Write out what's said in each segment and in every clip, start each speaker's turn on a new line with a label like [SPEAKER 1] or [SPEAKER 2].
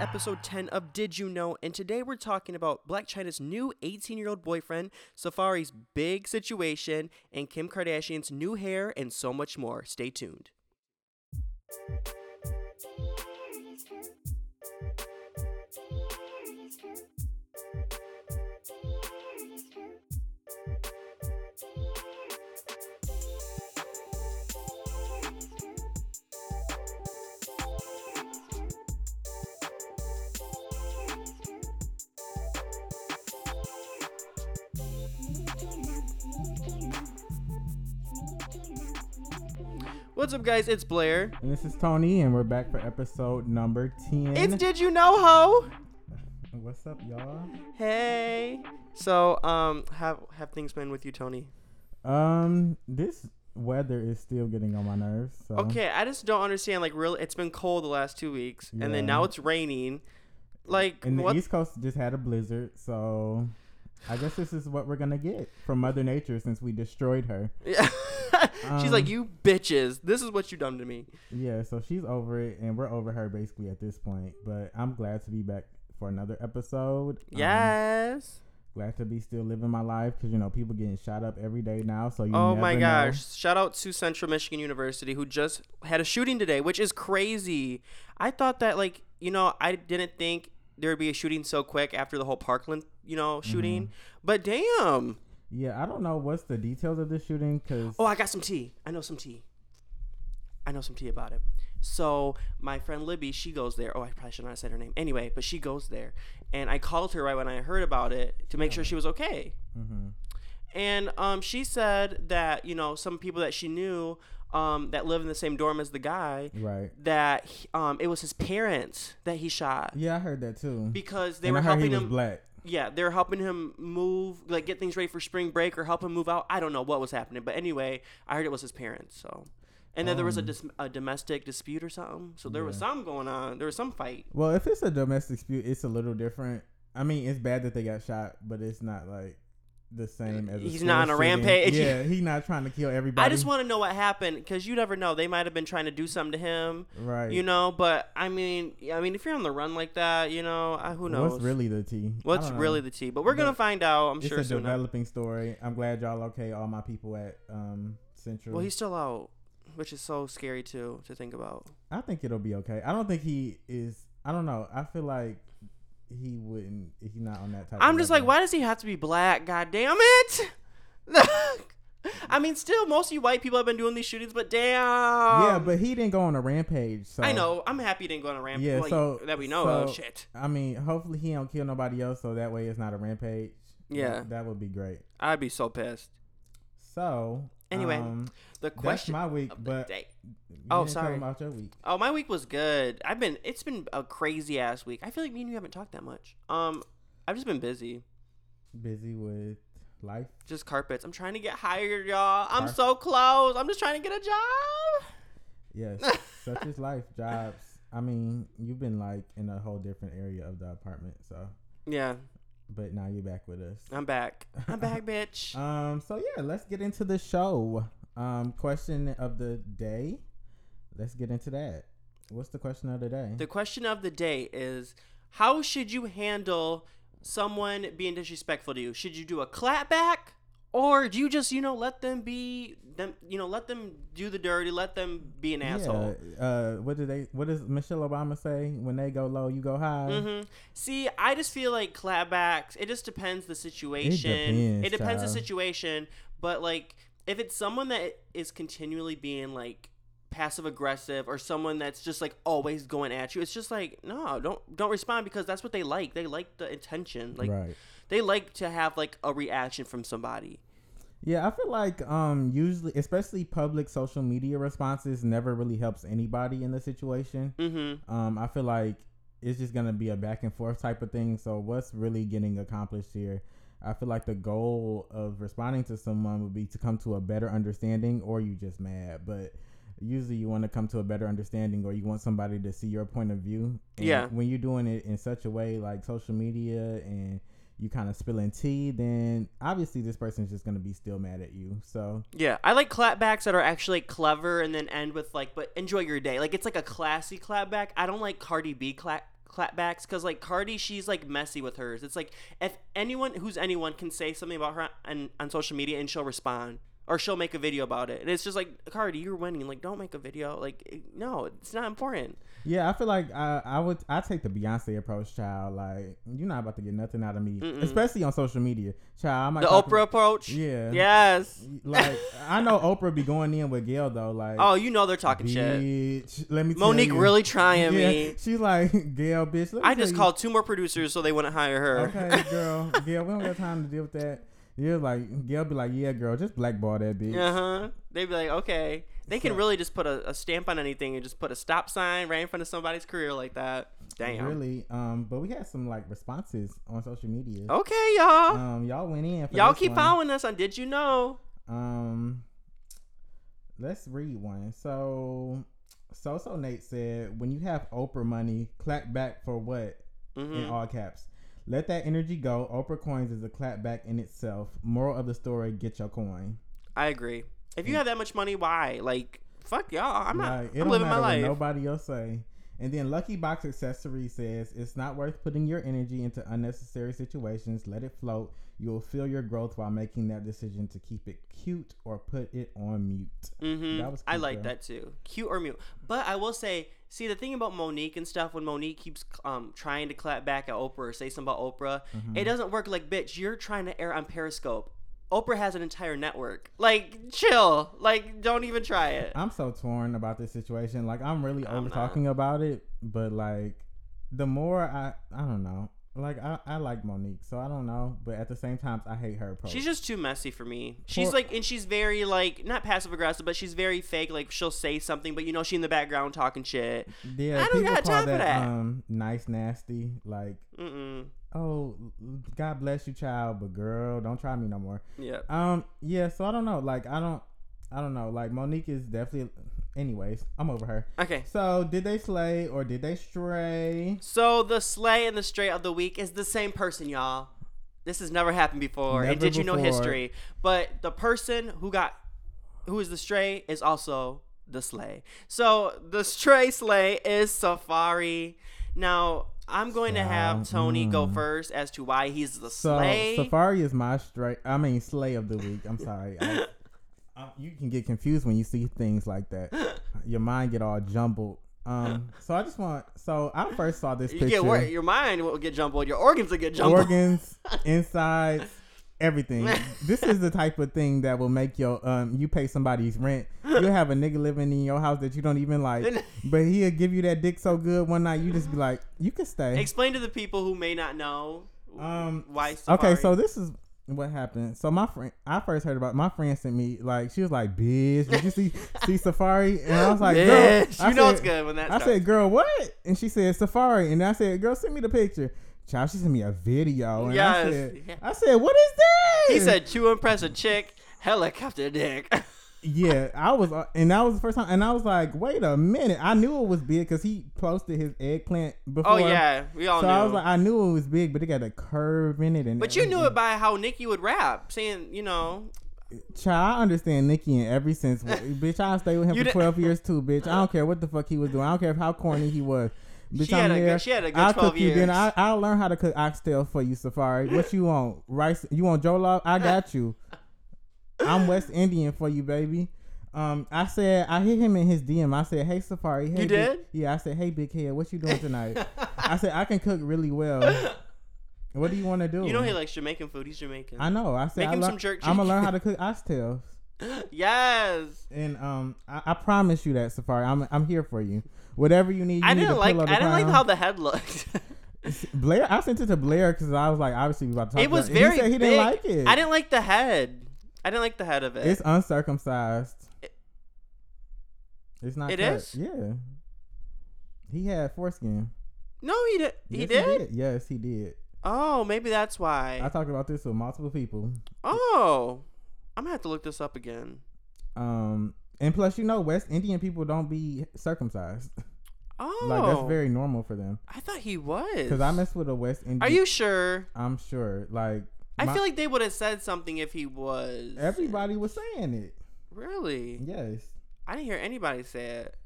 [SPEAKER 1] episode 10 of Did You Know? And today we're talking about Black China's new 18 year old boyfriend, Safari's big situation, and Kim Kardashian's new hair, and so much more. Stay tuned. What's up, guys? It's Blair.
[SPEAKER 2] And this is Tony, and we're back for episode number 10.
[SPEAKER 1] It's Did You Know Ho?
[SPEAKER 2] What's up, y'all?
[SPEAKER 1] Hey. So, um, have have things been with you, Tony?
[SPEAKER 2] Um, this weather is still getting on my nerves. So.
[SPEAKER 1] Okay, I just don't understand. Like, real, it's been cold the last two weeks, and then
[SPEAKER 2] Yeah.
[SPEAKER 1] now it's raining. Like,
[SPEAKER 2] And the
[SPEAKER 1] what?
[SPEAKER 2] East Coast just had a blizzard, so I guess this is what we're gonna get from Mother Nature since we destroyed her.
[SPEAKER 1] Yeah. She's like,
[SPEAKER 2] Um,
[SPEAKER 1] you bitches. This is what you done to me.
[SPEAKER 2] Yeah, so she's over it, and we're over her basically at this point. But I'm glad to be back for another episode. Um,
[SPEAKER 1] Yes.
[SPEAKER 2] glad to be still living my life because you know people getting shot up every day now. So you
[SPEAKER 1] oh
[SPEAKER 2] never
[SPEAKER 1] my
[SPEAKER 2] know.
[SPEAKER 1] gosh. Shout out to Central Michigan University who just had a shooting today, which is crazy. I thought that like, you know, I didn't think there would be a shooting so quick after the whole Parkland, you know, shooting.
[SPEAKER 2] Mm-hmm.
[SPEAKER 1] But damn.
[SPEAKER 2] Yeah, I don't know what's the details of this shooting because
[SPEAKER 1] Oh, I got some tea. I know some tea. I know some tea about it. So my friend Libby, she goes there. Oh, I probably should not have said her name anyway, but she goes there, and I called her right when I heard about it to make
[SPEAKER 2] Uh-huh.
[SPEAKER 1] sure she was okay.
[SPEAKER 2] Mm-hmm.
[SPEAKER 1] And um, she said that you know some people that she knew um, that live in the same dorm as the guy
[SPEAKER 2] right.
[SPEAKER 1] that he- um, it was his parents that he shot
[SPEAKER 2] Yeah, I heard that too.
[SPEAKER 1] because they
[SPEAKER 2] and
[SPEAKER 1] were
[SPEAKER 2] I heard
[SPEAKER 1] helping
[SPEAKER 2] he was
[SPEAKER 1] him.
[SPEAKER 2] black.
[SPEAKER 1] Yeah, they're helping him move, like get things ready for spring break or help him move out. I don't know what was happening, but anyway, I heard it was his parents. So, and then there
[SPEAKER 2] Um.
[SPEAKER 1] was a, dis- a domestic dispute or something. So there was something going on. There was some fight.
[SPEAKER 2] Well, if it's a domestic dispute, it's a little different. I mean, it's bad that they got shot, but it's not like the same as a
[SPEAKER 1] He's
[SPEAKER 2] school
[SPEAKER 1] not on a
[SPEAKER 2] shooting.
[SPEAKER 1] rampage.
[SPEAKER 2] Yeah, he's not trying to kill everybody.
[SPEAKER 1] I just want to know what happened because you never know. They might have been trying to do something to him,
[SPEAKER 2] right.
[SPEAKER 1] you know. But I mean, I mean, if you're on the run like that, you know, I, who knows?
[SPEAKER 2] what's really the tea? I
[SPEAKER 1] What's
[SPEAKER 2] don't know.
[SPEAKER 1] really the tea? But we're gonna
[SPEAKER 2] But
[SPEAKER 1] find out. I'm
[SPEAKER 2] It's
[SPEAKER 1] sure
[SPEAKER 2] a
[SPEAKER 1] soon.
[SPEAKER 2] developing story. I'm glad y'all okay. All my people at um Central.
[SPEAKER 1] Well, he's still out, which is so scary too to think about.
[SPEAKER 2] I think it'll be okay. I don't think he is. I don't know. I feel like he wouldn't. He's not on that type.
[SPEAKER 1] I'm
[SPEAKER 2] of
[SPEAKER 1] just like,
[SPEAKER 2] level.
[SPEAKER 1] why does he have to be black? God damn it! I mean, still, most of you white people have been doing these shootings, but damn.
[SPEAKER 2] Yeah, but he didn't go on a rampage. So
[SPEAKER 1] um, I know. I'm happy he didn't go on a rampage.
[SPEAKER 2] Yeah,
[SPEAKER 1] like,
[SPEAKER 2] so-
[SPEAKER 1] that we know of.
[SPEAKER 2] so-
[SPEAKER 1] Shit,
[SPEAKER 2] I mean, hopefully he don't kill nobody else, so that way it's not a rampage.
[SPEAKER 1] Yeah.
[SPEAKER 2] that, that would be great.
[SPEAKER 1] I'd be so pissed.
[SPEAKER 2] So
[SPEAKER 1] Anyway,
[SPEAKER 2] um,
[SPEAKER 1] The
[SPEAKER 2] that's
[SPEAKER 1] question
[SPEAKER 2] my week.
[SPEAKER 1] of the
[SPEAKER 2] But
[SPEAKER 1] day.
[SPEAKER 2] you
[SPEAKER 1] Oh,
[SPEAKER 2] didn't tell
[SPEAKER 1] sorry.
[SPEAKER 2] them about your week.
[SPEAKER 1] Oh, my week was good. I've been. It's been a crazy ass week. I feel like me and you haven't talked that much. Um, I've just been busy.
[SPEAKER 2] Busy with life.
[SPEAKER 1] Just carpets. I'm trying to get hired, y'all. I'm
[SPEAKER 2] Car-
[SPEAKER 1] so close. I'm just trying to get a job.
[SPEAKER 2] Yes, such is life. Jobs. I mean, you've been like in a whole different area of the apartment. So,
[SPEAKER 1] Yeah,
[SPEAKER 2] but now you're back with us.
[SPEAKER 1] I'm back. I'm back, bitch.
[SPEAKER 2] Um, so yeah, let's get into the show. Um, question of the day. Let's get into that. What's the question of the day?
[SPEAKER 1] The question of the day is how should you handle someone being disrespectful to you? Should you do a clap back or do you just, you know, let them be them, you know, let them do the dirty, let them be an asshole?
[SPEAKER 2] Yeah, uh, what do they? What does Michelle Obama say? When they go low, you go high.
[SPEAKER 1] hmm See, I just feel like clapbacks. It just depends the situation.
[SPEAKER 2] depends,
[SPEAKER 1] It depends the
[SPEAKER 2] child.
[SPEAKER 1] situation, but like if it's someone that is continually being like passive aggressive or someone that's just like always going at you, it's just like no, don't don't respond because that's what they like. They like the attention. Like
[SPEAKER 2] right.
[SPEAKER 1] they like to have like a reaction from somebody.
[SPEAKER 2] Yeah, I feel like um usually, especially public social media responses, never really helps anybody in the situation.
[SPEAKER 1] Mm-hmm.
[SPEAKER 2] Um, I feel like it's just gonna be a back and forth type of thing. So what's really getting accomplished here? I feel like the goal of responding to someone would be to come to a better understanding, or you just mad. But usually you want to come to a better understanding, or you want somebody to see your point of view. And
[SPEAKER 1] Yeah.
[SPEAKER 2] When you're doing it in such a way like social media and you kind of spilling tea, then obviously this person's just gonna be still mad at you. So
[SPEAKER 1] Yeah, I like clapbacks that are actually like, clever and then end with like, but enjoy your day. Like it's like a classy clapback. I don't like Cardi B clap clapbacks because like Cardi, she's like messy with hers. It's like if anyone who's anyone can say something about her on, on social media and she'll respond or she'll make a video about it, and it's just like Cardi, you're winning. Like, don't make a video. Like, it- no, it's not important.
[SPEAKER 2] Yeah, I feel like I, I would I take the Beyonce approach, child. Like you're not about to get nothing out of me,
[SPEAKER 1] Mm-mm.
[SPEAKER 2] especially on social media, child. I might
[SPEAKER 1] the
[SPEAKER 2] talk
[SPEAKER 1] Oprah approach.
[SPEAKER 2] Yeah.
[SPEAKER 1] Yes.
[SPEAKER 2] ab- like I know Oprah be going in with Gail though. Like
[SPEAKER 1] Oh, you know they're talking shit.
[SPEAKER 2] bitch, let me tell
[SPEAKER 1] Monique
[SPEAKER 2] you.
[SPEAKER 1] really trying
[SPEAKER 2] Yeah,
[SPEAKER 1] me.
[SPEAKER 2] She's like Gail, bitch. Let me
[SPEAKER 1] I
[SPEAKER 2] tell
[SPEAKER 1] just
[SPEAKER 2] you."
[SPEAKER 1] called two more producers so they wouldn't hire her.
[SPEAKER 2] Okay, girl, Gail, we don't got time to deal with that. You're like Gail be like, yeah, girl, just blackball that bitch.
[SPEAKER 1] Uh huh. They'd be like, okay. They can
[SPEAKER 2] So-
[SPEAKER 1] really just put a, a stamp on anything and just put a stop sign right in front of somebody's career like that. Damn.
[SPEAKER 2] Really. Um, but we had some like responses on social media.
[SPEAKER 1] Okay, y'all.
[SPEAKER 2] Um, y'all went in. For
[SPEAKER 1] Oh. y'all
[SPEAKER 2] this
[SPEAKER 1] keep
[SPEAKER 2] one.
[SPEAKER 1] following us on Did You Know?
[SPEAKER 2] Um, let's read one. So, so so Nate said, when you have Oprah money, clap back for what? In
[SPEAKER 1] hmm
[SPEAKER 2] all caps. Let that energy go. Oprah coins is a clap back in itself. Moral of the story: Get your coin.
[SPEAKER 1] I agree. If you have that much money, why? Like, fuck y'all. I'm not.
[SPEAKER 2] Like, it
[SPEAKER 1] I'm
[SPEAKER 2] don't
[SPEAKER 1] living my
[SPEAKER 2] matter what
[SPEAKER 1] life.
[SPEAKER 2] Nobody else say. And then Lucky Box Accessory says it's not worth putting your energy into unnecessary situations. Let it float. You will feel your growth while making that decision to keep it cute or put it on mute.
[SPEAKER 1] Mm-hmm.
[SPEAKER 2] That was
[SPEAKER 1] I
[SPEAKER 2] cute,
[SPEAKER 1] like
[SPEAKER 2] though.
[SPEAKER 1] that too. Cute or mute. But I will say, see the thing about Monique and stuff. When Monique keeps um trying to clap back at Oprah or say something about Oprah,
[SPEAKER 2] Mm-hmm.
[SPEAKER 1] it doesn't work. Like, bitch, you're trying to air on Periscope. Oprah has an entire network. Like, chill. Like, don't even try it.
[SPEAKER 2] I'm so torn about this situation. Like I'm really
[SPEAKER 1] I'm
[SPEAKER 2] over
[SPEAKER 1] not.
[SPEAKER 2] talking about it, but like the more I I don't know. Like I, I like Monique, so I don't know. But at the same time I hate her approach.
[SPEAKER 1] She's just too messy for me. She's
[SPEAKER 2] Poor-
[SPEAKER 1] like, and she's very like not passive aggressive, but she's very fake. Like, she'll say something, but you know she in the background talking shit.
[SPEAKER 2] yeah,
[SPEAKER 1] I don't
[SPEAKER 2] people
[SPEAKER 1] got
[SPEAKER 2] call
[SPEAKER 1] time for that.
[SPEAKER 2] um nice nasty. Like,
[SPEAKER 1] Mm-mm.
[SPEAKER 2] oh God bless you, child, but girl, don't try me no more.
[SPEAKER 1] Yeah.
[SPEAKER 2] Um, yeah, so I don't know. Like I don't I don't know. Like Monique is definitely anyways, I'm over her.
[SPEAKER 1] Okay.
[SPEAKER 2] So did they slay or did they stray?
[SPEAKER 1] So the sleigh and the stray of the week is the same person, y'all. This has never happened before. and
[SPEAKER 2] Never
[SPEAKER 1] did you know
[SPEAKER 2] before.
[SPEAKER 1] history? But the person who got who is the stray is also the sleigh. So the stray sleigh is Safari. Now I'm going to have
[SPEAKER 2] Sal-
[SPEAKER 1] Tony go
[SPEAKER 2] mm.
[SPEAKER 1] first as to why he's the
[SPEAKER 2] So
[SPEAKER 1] sleigh.
[SPEAKER 2] Safari is my straight. I mean, slay of the week. I'm sorry. I, I- you can get confused when you see things like that. Your mind get all jumbled. Um. So I just want. So I first saw this
[SPEAKER 1] you
[SPEAKER 2] picture.
[SPEAKER 1] get wor- your mind will get jumbled, your organs will get jumbled.
[SPEAKER 2] organs, insides, everything. this is the type of thing that will make your um you pay somebody's rent. You have a nigga living in your house that you don't even like, but he'll give you that dick so good one night you just be like, you can stay.
[SPEAKER 1] Explain to the people who may not know
[SPEAKER 2] Um,
[SPEAKER 1] why Safari.
[SPEAKER 2] Okay, so this is what happened. So my friend, I first heard about my friend sent me like she was like, "Bitch, did you see see Safari?" And I was like, "Girl,
[SPEAKER 1] Bitch,
[SPEAKER 2] I
[SPEAKER 1] you know
[SPEAKER 2] said-
[SPEAKER 1] it's good when that
[SPEAKER 2] I
[SPEAKER 1] starts.
[SPEAKER 2] said, "Girl, what?" And she said, "Safari." And I said, "Girl, send me the picture." Child, she sent me a video, and I
[SPEAKER 1] Yes.
[SPEAKER 2] said, "I said, what is
[SPEAKER 1] He
[SPEAKER 2] this?"
[SPEAKER 1] said, "To impress a chick, helicopter dick."
[SPEAKER 2] "Yeah." I was, uh, and that was the first time, and I was like, "Wait a minute!" I knew it was big because he posted his eggplant before.
[SPEAKER 1] oh yeah, we all
[SPEAKER 2] So
[SPEAKER 1] knew.
[SPEAKER 2] I was like, I knew it was big, but it got a curve in it, and
[SPEAKER 1] but you
[SPEAKER 2] everything.
[SPEAKER 1] knew it by how Nikki would rap, saying, you know,
[SPEAKER 2] Child, I understand Nikki in every sense. bitch, I'll stay with him
[SPEAKER 1] You
[SPEAKER 2] for
[SPEAKER 1] di-
[SPEAKER 2] 12 years too, bitch. I don't care what the fuck he was doing. I don't care how corny he was. Bitch,
[SPEAKER 1] She
[SPEAKER 2] I'm
[SPEAKER 1] had a good-
[SPEAKER 2] there.
[SPEAKER 1] she had a good
[SPEAKER 2] I'll
[SPEAKER 1] 12
[SPEAKER 2] cook You
[SPEAKER 1] years.
[SPEAKER 2] dinner. I, I'll learn how to cook oxtail for you, Safari. What you want? Rice? You want jollof? I got you. I'm West Indian for you, baby. Um, I said I hit him in his DM. I said, "Hey, Safari. Hey,
[SPEAKER 1] You
[SPEAKER 2] Big-
[SPEAKER 1] did?
[SPEAKER 2] Yeah. I said, "Hey, big head, what you doing tonight?" I said, "I can cook really well. What do you want to do?"
[SPEAKER 1] you know, he likes Jamaican food. He's Jamaican.
[SPEAKER 2] I know. I said,
[SPEAKER 1] Make
[SPEAKER 2] I
[SPEAKER 1] him
[SPEAKER 2] lear-
[SPEAKER 1] some jerk
[SPEAKER 2] I'm
[SPEAKER 1] chicken."
[SPEAKER 2] gonna learn how to cook oxtails.
[SPEAKER 1] yes,
[SPEAKER 2] And um, I, I promise you that Safari, I'm I'm here for you. Whatever you need, you
[SPEAKER 1] I
[SPEAKER 2] need
[SPEAKER 1] didn't
[SPEAKER 2] a
[SPEAKER 1] like.
[SPEAKER 2] pillow to
[SPEAKER 1] I didn't like
[SPEAKER 2] cry
[SPEAKER 1] how
[SPEAKER 2] on.
[SPEAKER 1] the head looked.
[SPEAKER 2] Blair. I sent it to Blair because I was like, obviously we about to talk.
[SPEAKER 1] it was
[SPEAKER 2] about
[SPEAKER 1] very.
[SPEAKER 2] He said he
[SPEAKER 1] big.
[SPEAKER 2] didn't like it.
[SPEAKER 1] I didn't like the head. I didn't like the head of it.
[SPEAKER 2] It's uncircumcised.
[SPEAKER 1] It-
[SPEAKER 2] it's not.
[SPEAKER 1] It
[SPEAKER 2] cut.
[SPEAKER 1] is?
[SPEAKER 2] Yeah. He had foreskin.
[SPEAKER 1] no, he did. He,
[SPEAKER 2] Yes,
[SPEAKER 1] did?
[SPEAKER 2] Yes, he did.
[SPEAKER 1] Oh, maybe that's why.
[SPEAKER 2] I talked about this with multiple people.
[SPEAKER 1] oh, I'm gonna have to look this up again.
[SPEAKER 2] Um, and plus, you know, West Indian people don't be circumcised.
[SPEAKER 1] Oh,
[SPEAKER 2] Like that's very normal for them.
[SPEAKER 1] I thought he was.
[SPEAKER 2] Because I mess with a West Indian.
[SPEAKER 1] Are you sure?
[SPEAKER 2] I'm sure. Like
[SPEAKER 1] I
[SPEAKER 2] my-
[SPEAKER 1] feel like they would have said something if he was.
[SPEAKER 2] everybody was saying it.
[SPEAKER 1] Really?
[SPEAKER 2] Yes.
[SPEAKER 1] I didn't hear anybody say it.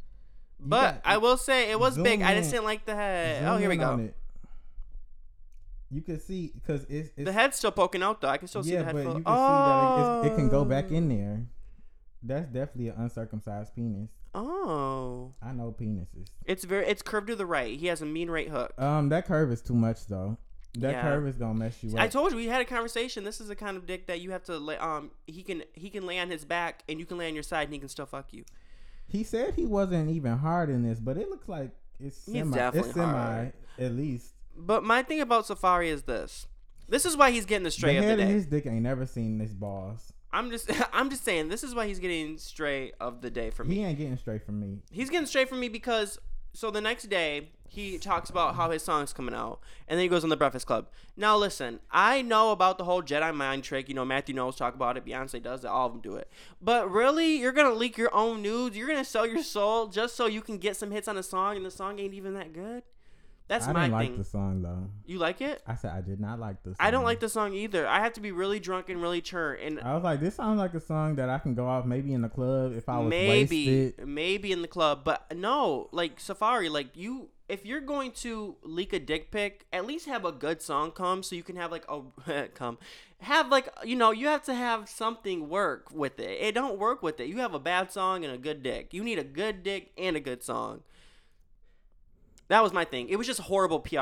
[SPEAKER 1] But
[SPEAKER 2] got-
[SPEAKER 1] I will say it was
[SPEAKER 2] zoom
[SPEAKER 1] big. I just
[SPEAKER 2] in.
[SPEAKER 1] didn't like the head.
[SPEAKER 2] Zoom
[SPEAKER 1] Oh, here we
[SPEAKER 2] in on
[SPEAKER 1] go.
[SPEAKER 2] it. You can see because it's, it's
[SPEAKER 1] The head's still poking out though. I can still see
[SPEAKER 2] yeah,
[SPEAKER 1] the head.
[SPEAKER 2] but
[SPEAKER 1] fo-
[SPEAKER 2] you can see that it, it's, it can go back
[SPEAKER 1] Oh.
[SPEAKER 2] in there. That's definitely an uncircumcised penis.
[SPEAKER 1] Oh,
[SPEAKER 2] I know penises.
[SPEAKER 1] it's very it's curved to the right. He has a mean right hook.
[SPEAKER 2] Um, that curve is too much though. That
[SPEAKER 1] Yeah.
[SPEAKER 2] curve is gonna mess you up.
[SPEAKER 1] I told you we had a conversation. This is the kind of dick that you have to lay. Um, he can he can lay on his back and you can lay on your side and he can still fuck you.
[SPEAKER 2] he said he wasn't even hard in this, but it looks like it's semi.
[SPEAKER 1] definitely
[SPEAKER 2] it's semi
[SPEAKER 1] hard.
[SPEAKER 2] at least.
[SPEAKER 1] But my thing about Safari is this. This is why he's getting the stray
[SPEAKER 2] the
[SPEAKER 1] of the
[SPEAKER 2] head of
[SPEAKER 1] day.
[SPEAKER 2] his dick ain't never seen this balls.
[SPEAKER 1] I'm just I'm just saying this is why he's getting stray of the day for me.
[SPEAKER 2] He ain't getting straight from me.
[SPEAKER 1] he's getting straight from me because so the next day he talks about how his song's coming out and then he goes on the breakfast club now listen i know about the whole jedi mind trick you know matthew knows talk about it beyonce does it all of them do it but really you're gonna leak your own nudes you're gonna sell your soul just so you can get some hits on a song and the song ain't even that good that's
[SPEAKER 2] I
[SPEAKER 1] my
[SPEAKER 2] didn't
[SPEAKER 1] thing
[SPEAKER 2] like the song though.
[SPEAKER 1] you like it
[SPEAKER 2] I said I did not like this.
[SPEAKER 1] i don't like the song either i have to be really drunk and really churned and
[SPEAKER 2] I was like, this sounds like a song that I can go off maybe in the club if I was
[SPEAKER 1] maybe
[SPEAKER 2] wasted.
[SPEAKER 1] maybe in the club but no like safari like you if you're going to leak a dick pic at least have a good song come so you can have like a come have like you know you have to have something work with it it don't work with it you have a bad song and a good dick you need a good dick and a good song that was my thing it was just horrible pr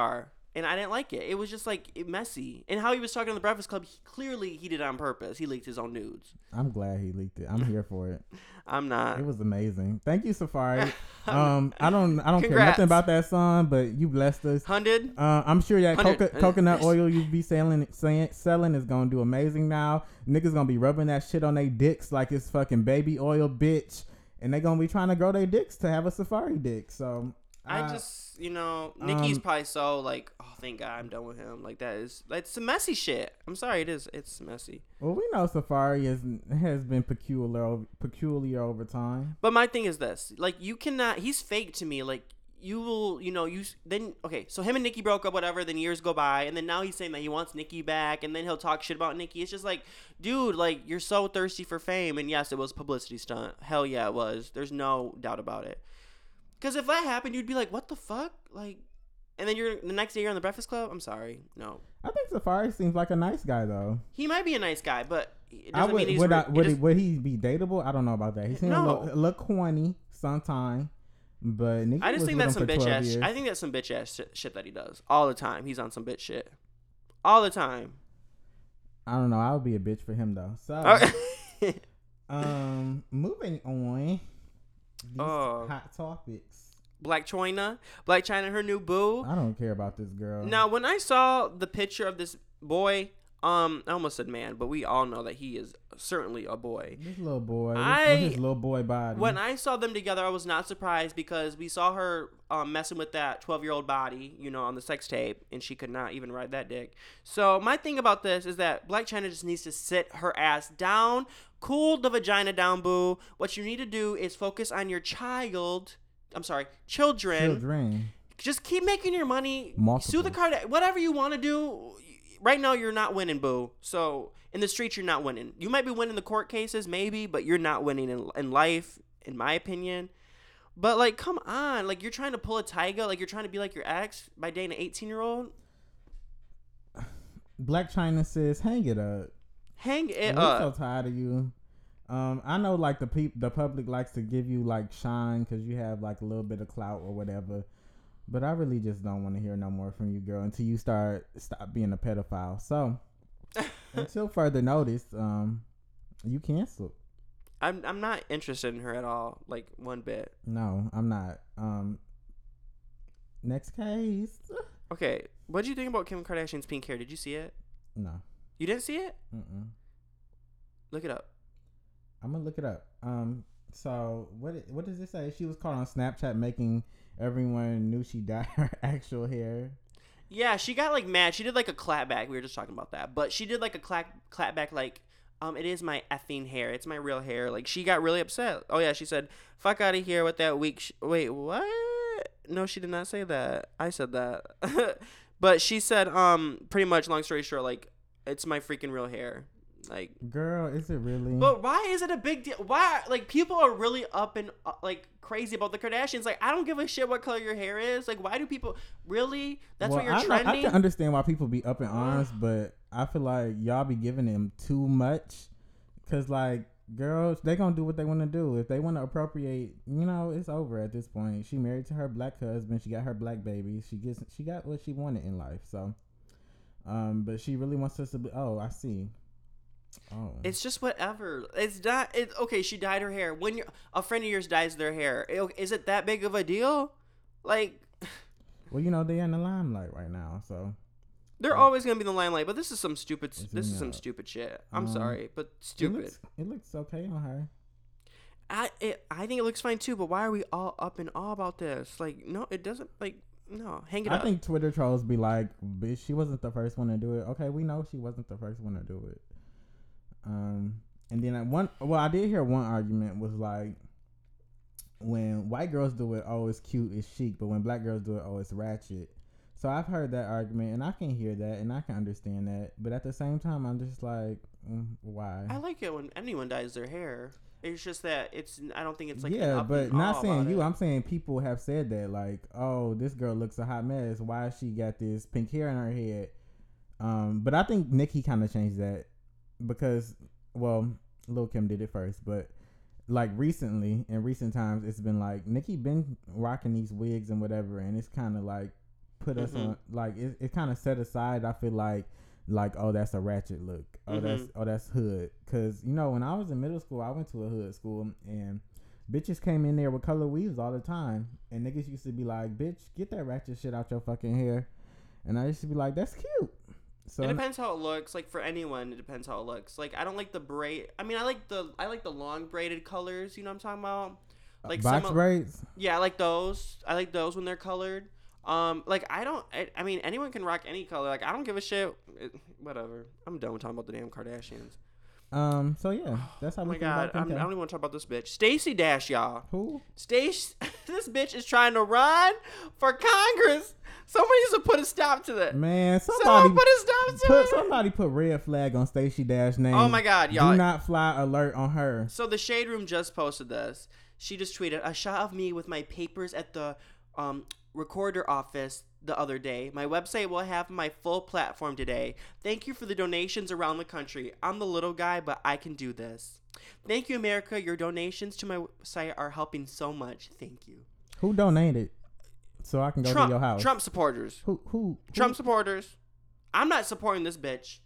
[SPEAKER 1] and I didn't like it. It was just like messy. And how he was talking on the Breakfast Club, he, clearly he did it on purpose. He leaked his own nudes.
[SPEAKER 2] I'm glad he leaked it. I'm here for it.
[SPEAKER 1] I'm not.
[SPEAKER 2] It was amazing. Thank you, Safari. Um, I don't, I don't care
[SPEAKER 1] Congrats.
[SPEAKER 2] nothing about that song, but you blessed us.
[SPEAKER 1] Hundred.
[SPEAKER 2] Uh, I'm sure that
[SPEAKER 1] Hundred-
[SPEAKER 2] coca- coconut oil you be selling, saying, selling is gonna do amazing now. Niggas gonna be rubbing that shit on their dicks like it's fucking baby oil, bitch, and they gonna be trying to grow their dicks to have a safari dick. So
[SPEAKER 1] I
[SPEAKER 2] uh,
[SPEAKER 1] just, you know, Nikki's
[SPEAKER 2] um,
[SPEAKER 1] probably so like, oh, thank God I'm done with him. Like that is, that's some messy shit. I'm sorry, it is. It's messy.
[SPEAKER 2] well, we know safari is, has been peculiar, ov- peculiar over time.
[SPEAKER 1] But my thing is this: like, you cannot. He's fake to me. Like, you will, you know, you s- then okay. So him and Nikki broke up, whatever. Then years go by, and then now he's saying that he wants Nikki back, and then he'll talk shit about Nikki. It's just like, dude, like you're so thirsty for fame. And yes, it was publicity stunt. Hell yeah, it was. There's no doubt about it. Because if that happened, you'd be like, what the fuck, like. And then you're the next day you're on the Breakfast Club. I'm sorry, no.
[SPEAKER 2] I think safari seems like a nice guy though.
[SPEAKER 1] He might be a nice guy, but it
[SPEAKER 2] I
[SPEAKER 1] doesn't
[SPEAKER 2] would
[SPEAKER 1] mean he's.
[SPEAKER 2] would,
[SPEAKER 1] re-
[SPEAKER 2] I,
[SPEAKER 1] it
[SPEAKER 2] would, he,
[SPEAKER 1] does-
[SPEAKER 2] would he be dateable? I don't know about that. He seemed a,
[SPEAKER 1] No.
[SPEAKER 2] little, a little corny sometime, but Nikki
[SPEAKER 1] I just
[SPEAKER 2] was
[SPEAKER 1] think
[SPEAKER 2] with
[SPEAKER 1] that's some
[SPEAKER 2] him for
[SPEAKER 1] bitch
[SPEAKER 2] 12
[SPEAKER 1] ass.
[SPEAKER 2] years.
[SPEAKER 1] I think that's some bitch ass shit, shit that he does all the time. He's on some bitch shit, all the time.
[SPEAKER 2] I don't know. I would be a bitch for him though. So. Um, moving on. These
[SPEAKER 1] Oh.
[SPEAKER 2] hot topics.
[SPEAKER 1] Black China, Black China, her new boo.
[SPEAKER 2] I don't care about this girl.
[SPEAKER 1] Now, when I saw the picture of this boy, um, I almost said man, but we all know that he is certainly a boy.
[SPEAKER 2] this little boy. with-
[SPEAKER 1] I-
[SPEAKER 2] with his little boy body.
[SPEAKER 1] When I saw them together, I was not surprised because we saw her um, messing with that 12 year old body, you know, on the sex tape, and she could not even ride that dick. So, my thing about this is that Black China just needs to sit her ass down, cool the vagina down, boo. What you need to do is focus on your child. I'm sorry, children.
[SPEAKER 2] children.
[SPEAKER 1] Just keep making your money. Sue the
[SPEAKER 2] Multiple.
[SPEAKER 1] card. Whatever you want to do. Right now, you're not winning, boo. So in the streets, you're not winning. You might be winning the court cases, maybe, but you're not winning in, in life, in my opinion. But like, come on! Like you're trying to pull a tiger, like you're trying to be like your ex by dating an 18 year old.
[SPEAKER 2] Black China says, "Hang it up.
[SPEAKER 1] Hang it
[SPEAKER 2] I'm so
[SPEAKER 1] up.
[SPEAKER 2] tired of you." Um, I know like the peop- the public likes to give you like shine because you have like a little bit of clout or whatever, but I really just don't want to hear no more from you, girl, until you start stop being a pedophile. So, until further notice, um, you canceled.
[SPEAKER 1] I'm I'm not interested in her at all, like one bit.
[SPEAKER 2] No, I'm not. Um, next case.
[SPEAKER 1] Okay, what did you think about Kim Kardashian's pink hair? Did you see it?
[SPEAKER 2] No,
[SPEAKER 1] You didn't see it?
[SPEAKER 2] Mm-mm.
[SPEAKER 1] Look it up.
[SPEAKER 2] I'm gonna look it up. Um, so what? i- What does it say? She was caught on Snapchat making everyone knew she dyed her actual hair.
[SPEAKER 1] Yeah, she got like mad. She did like a clapback. We were just talking about that, but she did like a clap clapback like, um, it is my effing hair. It's my real hair. Like she got really upset. Oh yeah, she said, "Fuck out of here with that weak." Sh-. Wait, what? No, she did not say that. I said that. but she said, um, pretty much. Long story short, like it's my freaking real hair. Like,
[SPEAKER 2] Girl, is it really?
[SPEAKER 1] but why is it a big deal? Why like people are really up and uh, like crazy about the Kardashians? Like, I don't give a shit what color your hair is. Like, why do people really? That's what
[SPEAKER 2] Well,
[SPEAKER 1] you're
[SPEAKER 2] I, know- I
[SPEAKER 1] trending.
[SPEAKER 2] can understand why people be up in arms, but I feel like y'all be giving them too much. Cause like girls, they gonna do what they want to do. If they want to appropriate, you know, it's over at this point. She married to her black husband. She got her black baby. She gets she got what she wanted in life. So, um, but she really wants us to. Be, oh, I see. Oh,
[SPEAKER 1] It's just whatever. It's not. It, okay, she dyed her hair. When you're, a friend of yours dyes their hair, i- is it that big of a deal? Like,
[SPEAKER 2] well, you know, they in the limelight right now. So
[SPEAKER 1] they're always gonna be in the limelight. But this is some stupid.
[SPEAKER 2] It's
[SPEAKER 1] This is some
[SPEAKER 2] not.
[SPEAKER 1] stupid shit. I'm
[SPEAKER 2] Um,
[SPEAKER 1] sorry, but
[SPEAKER 2] it
[SPEAKER 1] stupid.
[SPEAKER 2] looks, it looks okay on her.
[SPEAKER 1] I it, I think it looks fine too. But why are we all up in all about this? Like, no, it doesn't. Like, no, hang it
[SPEAKER 2] I
[SPEAKER 1] up.
[SPEAKER 2] think Twitter trolls be like, "Bitch, she wasn't the first one to do it." Okay, we know she wasn't the first one to do it. Um, and then I one well, I did hear one argument was like, when white girls do it, oh, it's cute, it's chic, but when black girls do it, oh, it's ratchet. So I've heard that argument, and I can hear that, and I can understand that, but at the same time, I'm just like, mm, why?
[SPEAKER 1] I like it when anyone dyes their hair. It's just that it's. I don't think it's like an
[SPEAKER 2] yeah,
[SPEAKER 1] up
[SPEAKER 2] but
[SPEAKER 1] and
[SPEAKER 2] not
[SPEAKER 1] all
[SPEAKER 2] saying
[SPEAKER 1] about
[SPEAKER 2] you.
[SPEAKER 1] it.
[SPEAKER 2] I'm saying people have said that, like, oh, this girl looks a hot mess. Why she got this pink hair in her head? Um, but I think Nicki kind of changed that because, well, Lil Kim did it first, but like recently in recent times, it's been like Nicki been rocking these wigs and whatever, and it's kind of like put us
[SPEAKER 1] Mhm.
[SPEAKER 2] on like it, it kind of set aside. I feel like like oh that's a ratchet look oh
[SPEAKER 1] Mm-hmm.
[SPEAKER 2] that's oh that's hood because you know when i was in middle school i went to a hood school and bitches came in there with color weaves all the time and niggas used to be like bitch get that ratchet shit out your fucking hair and i used to be like that's cute so
[SPEAKER 1] it depends how it looks. Like for anyone, it depends how it looks. Like I don't like the braid. I mean, I like the I like the long braided colors. You know what I'm talking about? Like
[SPEAKER 2] Uh, box
[SPEAKER 1] some,
[SPEAKER 2] braids
[SPEAKER 1] yeah, I like those. I like those when they're colored. Um, like I don't. I, I mean, anyone can rock any color. Like I don't give a shit. It- whatever. I'm done with talking about the damn Kardashians.
[SPEAKER 2] um so yeah that's how
[SPEAKER 1] Oh
[SPEAKER 2] we
[SPEAKER 1] my
[SPEAKER 2] feel about
[SPEAKER 1] god, I'm, I
[SPEAKER 2] Kim K.
[SPEAKER 1] don't even want to talk about this bitch, Stacy Dash, y'all.
[SPEAKER 2] who
[SPEAKER 1] Stace, this bitch is trying to run for Congress. Somebody needs to put a stop to that.
[SPEAKER 2] man somebody
[SPEAKER 1] Someone put a stop to
[SPEAKER 2] put
[SPEAKER 1] it.
[SPEAKER 2] somebody put red flag on Stacey Dash name
[SPEAKER 1] Oh my god, y'all.
[SPEAKER 2] do not fly alert on her
[SPEAKER 1] So the shade room just posted this. She just tweeted a shot of me with my papers at the um, recorder office the other day. My website will have my full platform today. Thank you for the donations around the country. I'm the little guy, but I can do this. Thank you, America. Your donations to my website are helping so much. Thank you.
[SPEAKER 2] who donated so I can go to your
[SPEAKER 1] Trump,
[SPEAKER 2] house
[SPEAKER 1] Trump supporters.
[SPEAKER 2] who who
[SPEAKER 1] Trump supporters. I'm not supporting this bitch.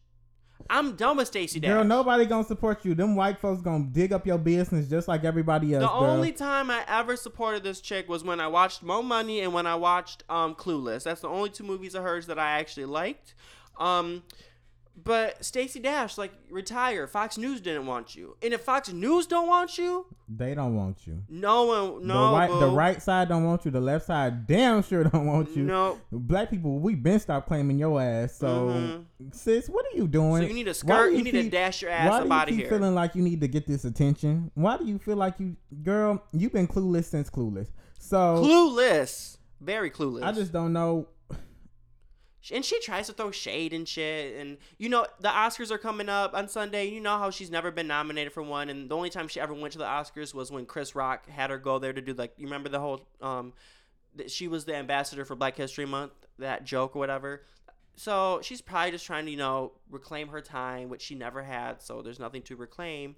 [SPEAKER 1] I'm done with Stacey Dash.
[SPEAKER 2] Girl, nobody gonna support you. Them white folks gonna dig up your business just like everybody else.
[SPEAKER 1] The
[SPEAKER 2] girl.
[SPEAKER 1] only time I ever supported this chick was when I watched Mo Money and when I watched um, Clueless. That's the only two movies of hers that I actually liked. Um, but Stacey Dash, like, retire. Fox News didn't want you, and if Fox News don't want you,
[SPEAKER 2] they don't want you.
[SPEAKER 1] no one, no,
[SPEAKER 2] the, white, the
[SPEAKER 1] boo.
[SPEAKER 2] right side don't want you. The left side damn sure don't want you.
[SPEAKER 1] no.
[SPEAKER 2] Black people, we been stopped claiming your ass. So, sis, what are you
[SPEAKER 1] Mm-hmm.
[SPEAKER 2] doing?
[SPEAKER 1] So you need to
[SPEAKER 2] Why do
[SPEAKER 1] skirt. You, need to
[SPEAKER 2] keep-
[SPEAKER 1] dash your ass
[SPEAKER 2] Why do
[SPEAKER 1] up
[SPEAKER 2] you
[SPEAKER 1] out of
[SPEAKER 2] keep
[SPEAKER 1] here.
[SPEAKER 2] feeling like you need to get this attention? Why do you feel like you, girl? You've been clueless since clueless. So
[SPEAKER 1] clueless, very clueless.
[SPEAKER 2] I just don't know.
[SPEAKER 1] and she tries to throw shade and shit and you know the oscars are coming up on sunday you know how she's never been nominated for one and the only time she ever went to the oscars was when chris rock had her go there to do like you remember the whole um that she was the ambassador for black history month that joke or whatever so she's probably just trying to you know reclaim her time which she never had so there's nothing to reclaim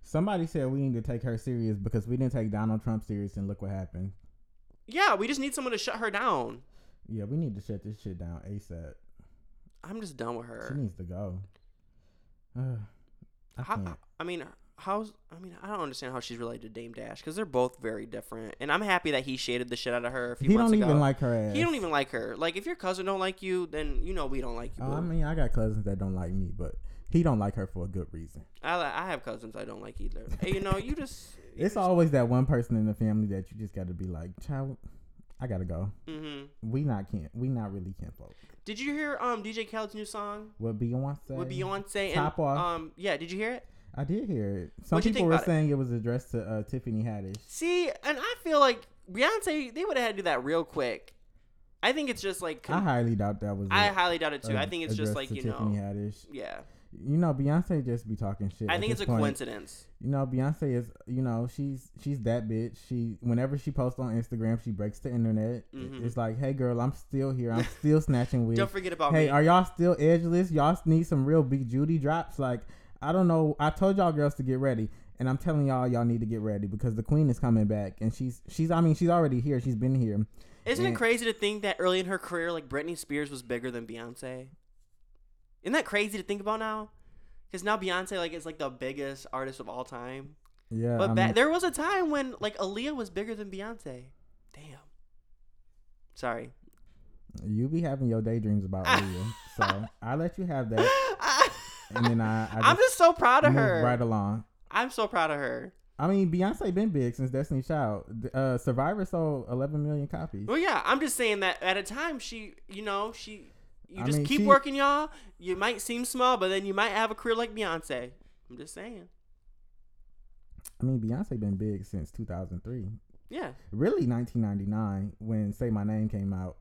[SPEAKER 2] Somebody said we need to take her serious because we didn't take Donald Trump serious, and look what happened.
[SPEAKER 1] yeah we just need someone to shut her down
[SPEAKER 2] Yeah, we need to shut this shit down asap.
[SPEAKER 1] i'm just done with her
[SPEAKER 2] She needs to go. Ugh, I
[SPEAKER 1] How,
[SPEAKER 2] can't.
[SPEAKER 1] I mean, how's I mean, I don't understand how she's related to Dame Dash because they're both very different. And I'm happy that he shaded the shit out of her a few
[SPEAKER 2] He
[SPEAKER 1] months
[SPEAKER 2] don't even
[SPEAKER 1] ago.
[SPEAKER 2] like her ass.
[SPEAKER 1] he don't even like her. Like if your cousin don't like you, then you know we don't like you.
[SPEAKER 2] Oh, I
[SPEAKER 1] boo.
[SPEAKER 2] mean, I got cousins that don't like me, but he don't like her for a good reason.
[SPEAKER 1] I li- I have cousins I don't like either. And, you know, you just you
[SPEAKER 2] It's
[SPEAKER 1] just-
[SPEAKER 2] always that one person in the family that you just got to be like, child, I gotta go.
[SPEAKER 1] mhm.
[SPEAKER 2] We not can't. We not really can't vote.
[SPEAKER 1] Did you hear um DJ Khaled's new song
[SPEAKER 2] What Beyonce?
[SPEAKER 1] with Beyonce and
[SPEAKER 2] Top off.
[SPEAKER 1] um yeah? Did you hear it?
[SPEAKER 2] I did hear it. Some
[SPEAKER 1] What'd you
[SPEAKER 2] people
[SPEAKER 1] think
[SPEAKER 2] were
[SPEAKER 1] about it?
[SPEAKER 2] saying it? was addressed to uh, Tiffany Haddish.
[SPEAKER 1] See, and I feel like Beyonce they would have had to do that real quick. I think it's just like
[SPEAKER 2] I highly doubt that was.
[SPEAKER 1] I
[SPEAKER 2] it,
[SPEAKER 1] highly doubt it too.
[SPEAKER 2] uh,
[SPEAKER 1] I think it's just
[SPEAKER 2] addressed
[SPEAKER 1] like
[SPEAKER 2] to
[SPEAKER 1] you
[SPEAKER 2] Tiffany
[SPEAKER 1] know
[SPEAKER 2] Haddish.
[SPEAKER 1] yeah.
[SPEAKER 2] you know, Beyonce just be talking shit.
[SPEAKER 1] I
[SPEAKER 2] at
[SPEAKER 1] think it's a
[SPEAKER 2] this point.
[SPEAKER 1] coincidence.
[SPEAKER 2] You know, Beyonce is, you know, she's she's that bitch. She whenever she posts on Instagram, she breaks the internet.
[SPEAKER 1] Mhm.
[SPEAKER 2] It's like, hey girl, I'm still here. I'm still snatching wigs.
[SPEAKER 1] Don't forget about
[SPEAKER 2] Hey,
[SPEAKER 1] me.
[SPEAKER 2] are y'all still edgeless? Y'all need some real big Judy drops. Like, I don't know. I told y'all girls to get ready, and I'm telling y'all, y'all need to get ready because the queen is coming back, and she's she's. I mean, she's already here. She's been here.
[SPEAKER 1] Isn't it
[SPEAKER 2] and-
[SPEAKER 1] crazy to think that early in her career, like Britney Spears was bigger than Beyonce? Isn't that crazy to think about now? Because now Beyonce like is like the biggest artist of all time.
[SPEAKER 2] Yeah,
[SPEAKER 1] But
[SPEAKER 2] I
[SPEAKER 1] ba-
[SPEAKER 2] mean,
[SPEAKER 1] there was a time when like Aaliyah was bigger than Beyonce. Damn. Sorry.
[SPEAKER 2] you be having your daydreams about Aaliyah, so I let you have that, and then I, I
[SPEAKER 1] I'm just so proud of
[SPEAKER 2] move
[SPEAKER 1] her.
[SPEAKER 2] right along.
[SPEAKER 1] I'm so proud of her.
[SPEAKER 2] I mean, Beyonce been big since Destiny Child. The, Uh, Survivor sold 11 million copies.
[SPEAKER 1] Well, yeah, I'm just saying that at a time she, you know, she, you
[SPEAKER 2] I
[SPEAKER 1] just
[SPEAKER 2] mean,
[SPEAKER 1] keep
[SPEAKER 2] she-
[SPEAKER 1] working, y'all. You might seem small, but then you might have a career like Beyonce. I'm just saying.
[SPEAKER 2] I mean, Beyonce been big since 2003.
[SPEAKER 1] Yeah.
[SPEAKER 2] Really, 1999 when Say My Name came out.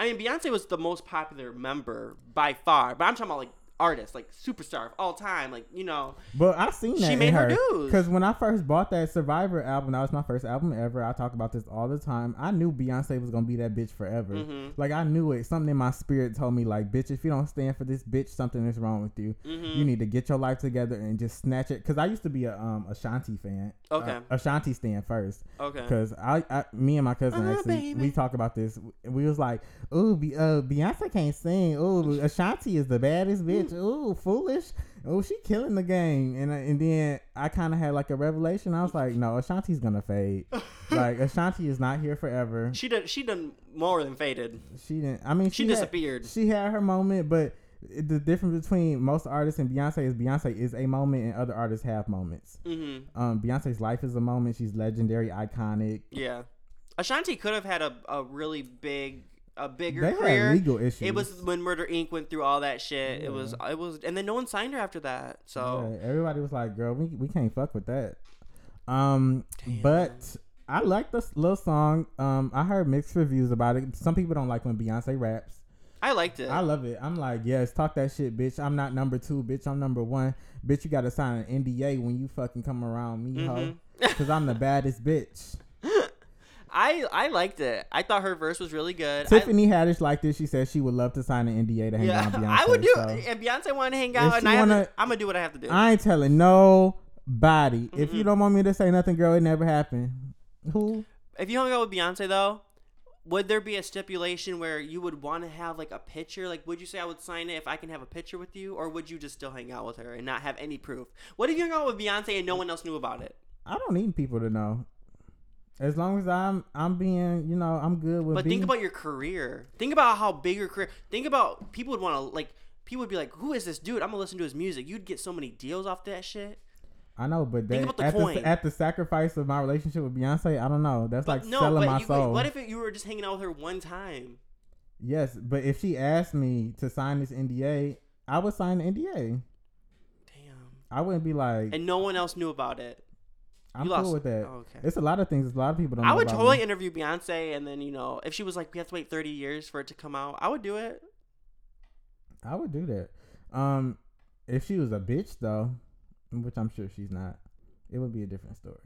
[SPEAKER 1] I mean, Beyonce was the most popular member by far, but I'm talking about like artist, like superstar of all time. Like, you know,
[SPEAKER 2] But I seen
[SPEAKER 1] She
[SPEAKER 2] that.
[SPEAKER 1] made
[SPEAKER 2] in
[SPEAKER 1] her
[SPEAKER 2] her,
[SPEAKER 1] dues.
[SPEAKER 2] Because when I first bought that Survivor album, that was my first album ever. I talk about this all the time. I knew Beyonce was gonna be that bitch forever.
[SPEAKER 1] Mhm.
[SPEAKER 2] Like I knew it. Something in my spirit told me, like, bitch, if you don't stand for this, bitch, something is wrong with you.
[SPEAKER 1] Mm-hmm.
[SPEAKER 2] You need to get your life together and just snatch it. Because I used to be a um Ashanti fan.
[SPEAKER 1] Okay. Oh,
[SPEAKER 2] Uh, Ashanti stand first.
[SPEAKER 1] okay.
[SPEAKER 2] Because I, I, me and my cousin
[SPEAKER 1] Oh,
[SPEAKER 2] actually,
[SPEAKER 1] baby.
[SPEAKER 2] we talk about this. We was like, "Ooh, Be- uh, Beyonce can't sing. Ooh, Ashanti is the baddest
[SPEAKER 1] Mm.
[SPEAKER 2] bitch. Ooh, foolish. Ooh, she killing the game." And I- and then I kind of had like a revelation. I was like, "No, Ashanti's gonna fade. like Ashanti is not here forever.
[SPEAKER 1] She done, she done more than faded.
[SPEAKER 2] She didn't. I mean,
[SPEAKER 1] She
[SPEAKER 2] she, had-
[SPEAKER 1] disappeared.
[SPEAKER 2] she had her moment, but the difference between most artists and Beyonce is Beyonce is a moment, and other artists have moments.
[SPEAKER 1] Mm-hmm.
[SPEAKER 2] Um, Beyonce's life is a moment. She's legendary, iconic.
[SPEAKER 1] Yeah. Ashanti could have had a, a really big, a bigger
[SPEAKER 2] They
[SPEAKER 1] career.
[SPEAKER 2] had legal issues.
[SPEAKER 1] It was when Murder Inc. went through all that shit.
[SPEAKER 2] Yeah.
[SPEAKER 1] It was, it was, and then no one signed her after that. So,
[SPEAKER 2] Yeah, everybody was like, "Girl, we, we can't fuck with that." Um,
[SPEAKER 1] Damn.
[SPEAKER 2] but I like this little song. Um, I heard mixed reviews about it. Some people don't like when Beyonce raps.
[SPEAKER 1] I liked it.
[SPEAKER 2] I love it. I'm like, yes, talk that shit, bitch. I'm not number two, bitch. I'm number one, bitch. You gotta sign an NDA when you fucking come around me, ho,
[SPEAKER 1] Mm-hmm.
[SPEAKER 2] because I'm the baddest bitch.
[SPEAKER 1] I, I liked it. I thought her verse was really good. I-
[SPEAKER 2] Tiffany Haddish liked it. She said she would love to sign an NDA to hang
[SPEAKER 1] yeah,
[SPEAKER 2] out with Beyonce.
[SPEAKER 1] I would do.
[SPEAKER 2] so-
[SPEAKER 1] If Beyonce wanted to hang out,
[SPEAKER 2] she
[SPEAKER 1] and I have
[SPEAKER 2] wanna-
[SPEAKER 1] to, I'm gonna do what I have to do.
[SPEAKER 2] I ain't telling nobody. If
[SPEAKER 1] Mm-hmm.
[SPEAKER 2] you don't want me to say nothing, girl, it never happened. Who?
[SPEAKER 1] If you hung out with Beyonce though, would there be a stipulation where you would want to have like a picture? Like, would you say I would sign it if I can have a picture with you, or would you just still hang out with her and not have any proof? What if you hung out with Beyonce and no one else knew about it?
[SPEAKER 2] I don't need people to know. As long as I'm, I'm being, you know, I'm good with.
[SPEAKER 1] But
[SPEAKER 2] being,
[SPEAKER 1] think about your career. Think about how big your career. Think about people would want to like. People would be like, "Who is this dude? I'm gonna listen to his music." You'd get so many deals off that shit.
[SPEAKER 2] I know, but that,
[SPEAKER 1] about the
[SPEAKER 2] at,
[SPEAKER 1] coin.
[SPEAKER 2] the, at the sacrifice of my relationship with Beyonce, I don't know. That's like
[SPEAKER 1] no,
[SPEAKER 2] selling
[SPEAKER 1] but
[SPEAKER 2] my
[SPEAKER 1] you,
[SPEAKER 2] soul.
[SPEAKER 1] what if you were just hanging out with her one time?
[SPEAKER 2] yes, but if she asked me to sign this NDA, I would sign the NDA.
[SPEAKER 1] Damn.
[SPEAKER 2] I wouldn't be like,
[SPEAKER 1] and no one else knew about it.
[SPEAKER 2] I'm
[SPEAKER 1] you
[SPEAKER 2] cool
[SPEAKER 1] lost-
[SPEAKER 2] with that.
[SPEAKER 1] oh, okay.
[SPEAKER 2] It's a lot of things. It's a lot of people don't.
[SPEAKER 1] I
[SPEAKER 2] know
[SPEAKER 1] would
[SPEAKER 2] about
[SPEAKER 1] totally
[SPEAKER 2] me.
[SPEAKER 1] interview Beyonce, and then you know, if she was like, we have to wait 30 years for it to come out, I would do it.
[SPEAKER 2] I would do that. Um, if she was a bitch though, which I'm sure she's not, it would be a different story.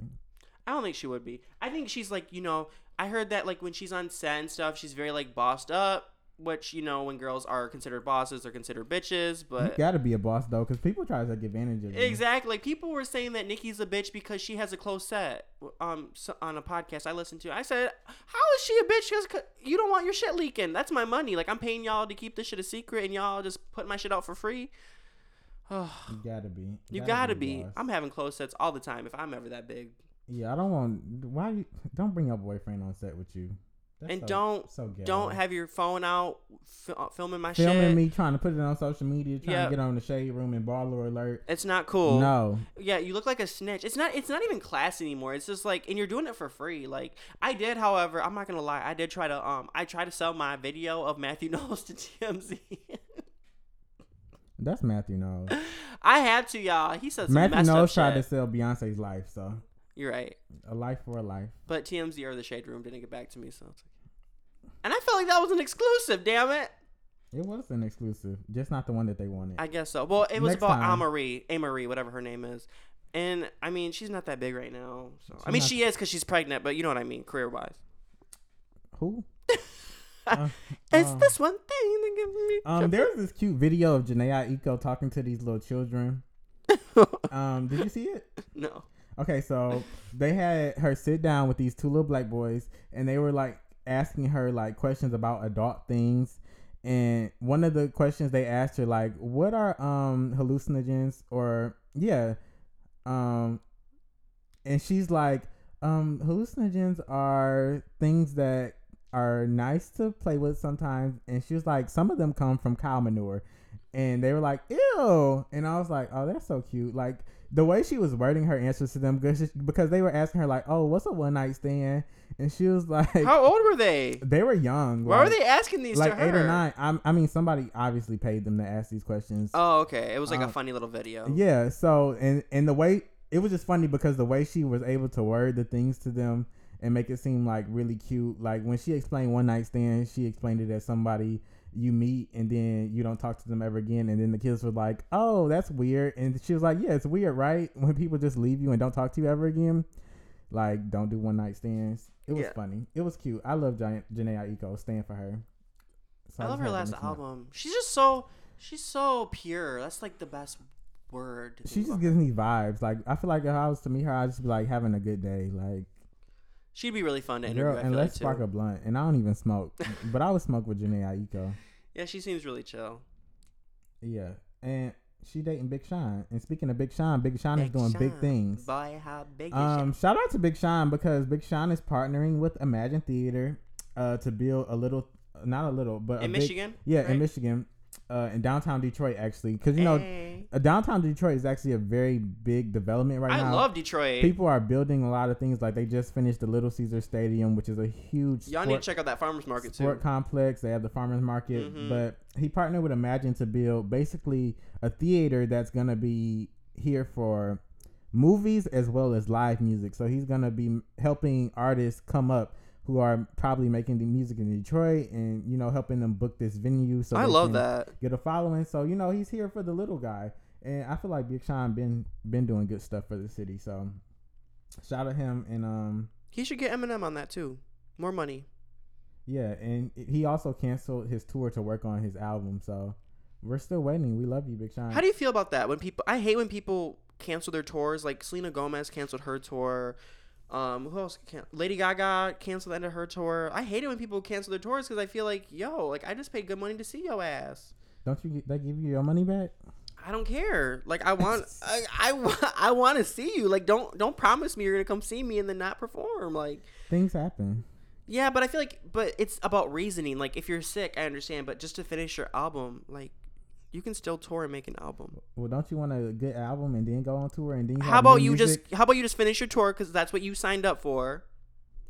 [SPEAKER 1] I don't think she would be. I think she's like, you know, I heard that like when she's on set and stuff, she's very like bossed up. Which you know, when girls are considered bosses, they're considered bitches.
[SPEAKER 2] you
[SPEAKER 1] But
[SPEAKER 2] gotta be a boss though, because people try to take advantage of you.
[SPEAKER 1] exactly, like people were saying that Nikki's a bitch because she has a close set. Um, so, on a podcast I listened to, I said, "How is she a bitch? Because you don't want your shit leaking. That's my money. Like I'm paying y'all to keep this shit a secret, and y'all just put my shit out for free."
[SPEAKER 2] You gotta be.
[SPEAKER 1] You gotta be.
[SPEAKER 2] boss.
[SPEAKER 1] I'm having close sets all the time if I'm ever that big.
[SPEAKER 2] Yeah, I don't want. Why you don't bring your boyfriend on set with you? That's
[SPEAKER 1] and
[SPEAKER 2] so-
[SPEAKER 1] don't
[SPEAKER 2] so ghetto.
[SPEAKER 1] don't have your phone out fil- filming my
[SPEAKER 2] filming
[SPEAKER 1] shit.
[SPEAKER 2] me trying to put it on social media, trying
[SPEAKER 1] Yeah.
[SPEAKER 2] to get on the shade room and baller alert.
[SPEAKER 1] It's not cool.
[SPEAKER 2] No,
[SPEAKER 1] Yeah, you look like a snitch. It's not it's not even class anymore. It's just like and you're doing it for free. Like I did, however, I'm not going to lie. I did try to um I tried to sell my video of Matthew Knowles to TMZ.
[SPEAKER 2] that's Matthew Knowles.
[SPEAKER 1] I had to, y'all. He said some
[SPEAKER 2] Matthew
[SPEAKER 1] messed
[SPEAKER 2] Knowles
[SPEAKER 1] up
[SPEAKER 2] tried to
[SPEAKER 1] shit.
[SPEAKER 2] sell Beyonce's life, so
[SPEAKER 1] You're right.
[SPEAKER 2] a life for a life.
[SPEAKER 1] But TMZ or the Shade Room didn't get back to me, so it's okay. And I felt like that was an exclusive, damn it.
[SPEAKER 2] It was an exclusive, just not the one that they wanted.
[SPEAKER 1] I guess so. Well, it was
[SPEAKER 2] Next
[SPEAKER 1] about
[SPEAKER 2] time.
[SPEAKER 1] Amarie, Amarie, whatever her name is. And I mean, she's not that big right now. So I
[SPEAKER 2] She's
[SPEAKER 1] mean,
[SPEAKER 2] not-
[SPEAKER 1] she is because she's pregnant, but you know what I mean, career wise.
[SPEAKER 2] Who? Uh,
[SPEAKER 1] It's
[SPEAKER 2] um,
[SPEAKER 1] this one thing that gives me.
[SPEAKER 2] Um, there was this cute video of Janae Eco talking to these little children. Um, did you see it?
[SPEAKER 1] no.
[SPEAKER 2] Okay, so they had her sit down with these two little black boys, and they were like asking her like questions about adult things. And one of the questions they asked her like, "What are um hallucinogens?" or yeah, um, and she's like, "Um, hallucinogens are things that are nice to play with sometimes." And she was like, "Some of them come from cow manure," and they were like, "Ew!" And I was like, "Oh, that's so cute!" Like the way she was wording her answers to them because because they were asking her like, "Oh, what's a one night stand?" and she was like,
[SPEAKER 1] How old were they?
[SPEAKER 2] "They were young.
[SPEAKER 1] Why were
[SPEAKER 2] like-
[SPEAKER 1] they asking these
[SPEAKER 2] Like
[SPEAKER 1] to her?
[SPEAKER 2] eight or nine. I'm- I, mean, somebody obviously paid them to ask these questions.
[SPEAKER 1] Oh, okay. It was like a
[SPEAKER 2] Um,
[SPEAKER 1] funny little video.
[SPEAKER 2] Yeah. So and and the way it was just funny because the way she was able to word the things to them and make it seem like really cute. Like when she explained one night stand, she explained it as somebody you meet and then you don't talk to them ever again. And then the kids were like, "Oh, that's weird." And she was like, "Yeah, it's weird, right? When people just leave you and don't talk to you ever again." Like, don't do one night stands. It was
[SPEAKER 1] Yeah.
[SPEAKER 2] funny. It was cute. I love Giant Janae Aiko. Stand for her. So
[SPEAKER 1] I
[SPEAKER 2] just
[SPEAKER 1] love her
[SPEAKER 2] had to
[SPEAKER 1] last
[SPEAKER 2] mention that.
[SPEAKER 1] album. She's just so she's so pure. That's like the best word. to
[SPEAKER 2] She
[SPEAKER 1] think
[SPEAKER 2] just
[SPEAKER 1] about
[SPEAKER 2] gives
[SPEAKER 1] her.
[SPEAKER 2] me vibes. Like I feel like if I was to meet her, I'd just be like having a good day. Like
[SPEAKER 1] She'd be really fun to interview.
[SPEAKER 2] girl,
[SPEAKER 1] I feel
[SPEAKER 2] and
[SPEAKER 1] like
[SPEAKER 2] let's
[SPEAKER 1] too.
[SPEAKER 2] spark a blunt. And I don't even smoke, but I would smoke with Janae Aiko.
[SPEAKER 1] Yeah, she seems really chill.
[SPEAKER 2] Yeah, and she dating Big Sean. And speaking of Big Sean, Big Sean is
[SPEAKER 1] Big
[SPEAKER 2] doing big
[SPEAKER 1] Sean.
[SPEAKER 2] things.
[SPEAKER 1] Boy, how big is
[SPEAKER 2] Um, shout out to Big Sean because Big Sean is partnering with Imagine Theater, uh, to build a little, not a little, but
[SPEAKER 1] it?
[SPEAKER 2] a
[SPEAKER 1] In
[SPEAKER 2] big-
[SPEAKER 1] Michigan?
[SPEAKER 2] Yeah,
[SPEAKER 1] right?
[SPEAKER 2] in Michigan, uh, in downtown Detroit actually, because you know.
[SPEAKER 1] Hey.
[SPEAKER 2] uh, Downtown Detroit is actually a very big development right
[SPEAKER 1] I
[SPEAKER 2] now.
[SPEAKER 1] love Detroit.
[SPEAKER 2] people are building a lot of things. Like they just finished the Little Caesar Stadium, which is a huge
[SPEAKER 1] Y'all
[SPEAKER 2] sport,
[SPEAKER 1] need to check out that farmers market too.
[SPEAKER 2] sport complex. They have the farmers market,
[SPEAKER 1] Mhm.
[SPEAKER 2] but he partnered with Imagine to build basically a theater that's gonna be here for movies as well as live music. So he's gonna be helping artists come up who are probably making the music in Detroit, and you know helping them book this venue. So
[SPEAKER 1] I
[SPEAKER 2] they
[SPEAKER 1] love
[SPEAKER 2] can
[SPEAKER 1] that.
[SPEAKER 2] Get a following. So you know he's here for the little guy. And I feel like Big Sean been been doing good stuff for the city. So shout out him and um
[SPEAKER 1] He should get Eminem on that too. More money.
[SPEAKER 2] yeah, and he also canceled his tour to work on his album. So we're still waiting. We love you, Big Sean.
[SPEAKER 1] How do you feel about that? When people, I hate when people cancel their tours. Like Selena Gomez canceled her tour. Um, who else? Can, Lady Gaga canceled the end of her tour. I hate it when people cancel their tours because I feel like, yo, like I just paid good money to see your ass.
[SPEAKER 2] Don't you get, they give you your money back?
[SPEAKER 1] I don't care. Like I want, I, I, wa- I want to see you. Like don't, don't promise me you're gonna come see me and then not perform. Like
[SPEAKER 2] Things happen.
[SPEAKER 1] Yeah, but I feel like, but it's about reasoning. Like, if you're sick, I understand. But just to finish your album, like, you can still tour and make an album.
[SPEAKER 2] Well, don't you want a good album and then go on tour and then
[SPEAKER 1] How about you just, how about you just finish your tour because that's what you signed up for,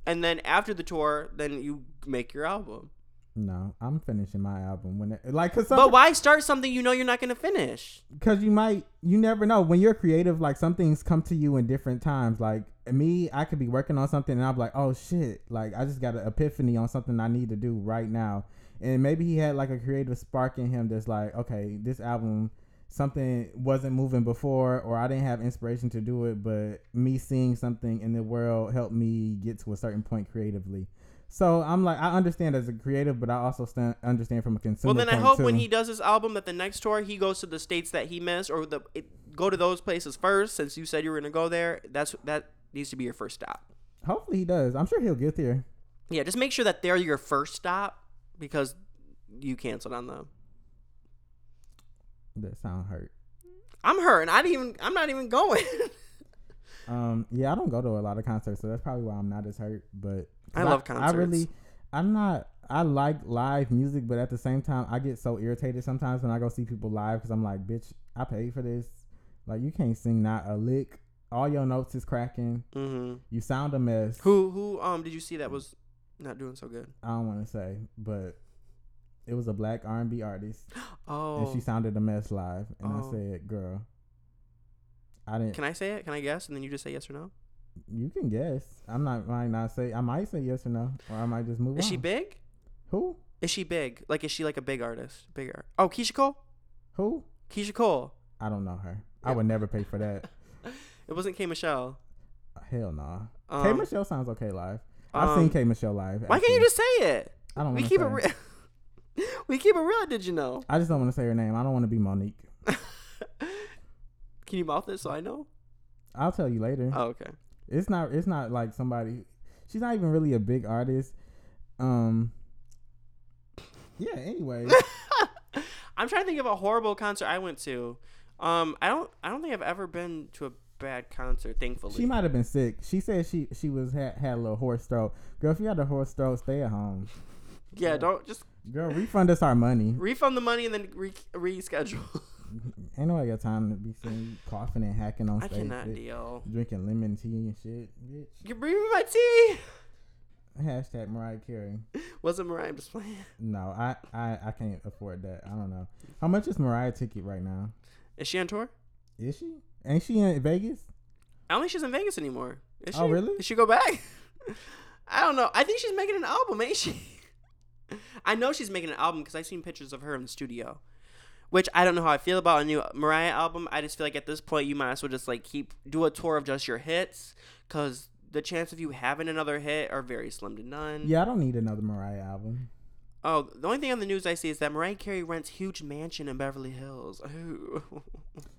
[SPEAKER 1] and then after the tour, then you make your album.
[SPEAKER 2] No, I'm finishing my album when it, like cuz
[SPEAKER 1] But why start something you know you're not gonna finish?
[SPEAKER 2] because you might you never know when you're creative like some things come to you in different times like me i could be working on something and i'm like oh shit like i just got an epiphany on something i need to do right now and maybe he had like a creative spark in him that's like okay this album something wasn't moving before or i didn't have inspiration to do it but me seeing something in the world helped me get to a certain point creatively so i'm like i understand as a creative but i also stand, understand from a consumer
[SPEAKER 1] well, then I
[SPEAKER 2] point,
[SPEAKER 1] hope when
[SPEAKER 2] too.
[SPEAKER 1] he does his album that the next tour he goes to the states that he missed or the it, go to those places first since you said you were gonna go there. That's that needs to be your first stop.
[SPEAKER 2] hopefully he does i'm sure he'll get there
[SPEAKER 1] Yeah, just make sure that they're your first stop because you canceled on them.
[SPEAKER 2] That sound hurt.
[SPEAKER 1] I'm hurt, and I didn't even. I'm not even going.
[SPEAKER 2] Um, yeah, I don't go to a lot of concerts, so that's probably why I'm not as hurt. But 'cause
[SPEAKER 1] I love
[SPEAKER 2] I
[SPEAKER 1] concerts.
[SPEAKER 2] really, I'm not. I like live music, but at the same time, I get so irritated sometimes when I go see people live because I'm like, bitch, I paid for this. Like, you can't sing not a lick. All your notes is cracking.
[SPEAKER 1] mm-hmm.
[SPEAKER 2] You sound a mess.
[SPEAKER 1] Who who um did you see that was not doing so good?
[SPEAKER 2] I don't want to say, but it was a black R&B artist, and
[SPEAKER 1] Oh,
[SPEAKER 2] she sounded a mess live. And I
[SPEAKER 1] Oh.
[SPEAKER 2] said, girl, I didn't.
[SPEAKER 1] can I say it? Can I guess? And then you just say yes or no.
[SPEAKER 2] you can guess. I'm not. Might not say. I might say yes or no, or I might just move
[SPEAKER 1] Is
[SPEAKER 2] on.
[SPEAKER 1] she big?
[SPEAKER 2] Who?
[SPEAKER 1] Is she big? Like, is she like a big artist? Bigger? Oh, Keisha Cole.
[SPEAKER 2] Who?
[SPEAKER 1] Keisha Cole.
[SPEAKER 2] I don't know her. I
[SPEAKER 1] Yeah.
[SPEAKER 2] would never pay for that.
[SPEAKER 1] It wasn't K Michelle.
[SPEAKER 2] Hell no.
[SPEAKER 1] Um,
[SPEAKER 2] K Michelle sounds okay live. I've
[SPEAKER 1] um,
[SPEAKER 2] seen K Michelle live.
[SPEAKER 1] Why can't you
[SPEAKER 2] actually.
[SPEAKER 1] just say it?
[SPEAKER 2] I don't.
[SPEAKER 1] We
[SPEAKER 2] wanna
[SPEAKER 1] keep it
[SPEAKER 2] say.
[SPEAKER 1] real. we keep it real. Did you know?
[SPEAKER 2] I just don't want to say her name. I don't want to be Monique.
[SPEAKER 1] Can you mouth it so I know?
[SPEAKER 2] I'll tell you later.
[SPEAKER 1] Oh, okay.
[SPEAKER 2] It's not. It's not like somebody. She's not even really a big artist. Um. Yeah. Anyway,
[SPEAKER 1] I'm trying to think of a horrible concert I went to. Um, I don't. I don't think I've ever been to a bad concert. Thankfully.
[SPEAKER 2] she might have been sick. She said she she was had, had a little horse throat. Girl, if you had a horse throat, stay at home.
[SPEAKER 1] yeah, Don't just
[SPEAKER 2] Girl, refund us our money.
[SPEAKER 1] refund the money and then re- reschedule.
[SPEAKER 2] Ain't nobody got time to be seen coughing and hacking on
[SPEAKER 1] I
[SPEAKER 2] stage.
[SPEAKER 1] cannot
[SPEAKER 2] bitch.
[SPEAKER 1] deal.
[SPEAKER 2] Drinking lemon tea and shit, bitch.
[SPEAKER 1] You bring me my tea.
[SPEAKER 2] Hashtag Mariah Carey.
[SPEAKER 1] Wasn't Mariah just playing?
[SPEAKER 2] No, I, I I can't afford that. I don't know. How much is Mariah ticket right now?
[SPEAKER 1] Is she on tour?
[SPEAKER 2] Is she? Ain't she in Vegas?
[SPEAKER 1] I don't think she's in Vegas anymore. Is she?
[SPEAKER 2] Oh, really?
[SPEAKER 1] Did she go back? I don't know. I think she's making an album, ain't she? I know she's making an album because I've seen pictures of her in the studio, which I don't know how I feel about a new Mariah album. I just feel like at this point you might as well just like keep do a tour of just your hits because the chance of you having another hit are very slim to none.
[SPEAKER 2] Yeah, I don't need another Mariah album.
[SPEAKER 1] Oh, the only thing on the news I see is that Mariah Carey rents huge mansion in Beverly Hills. Ooh.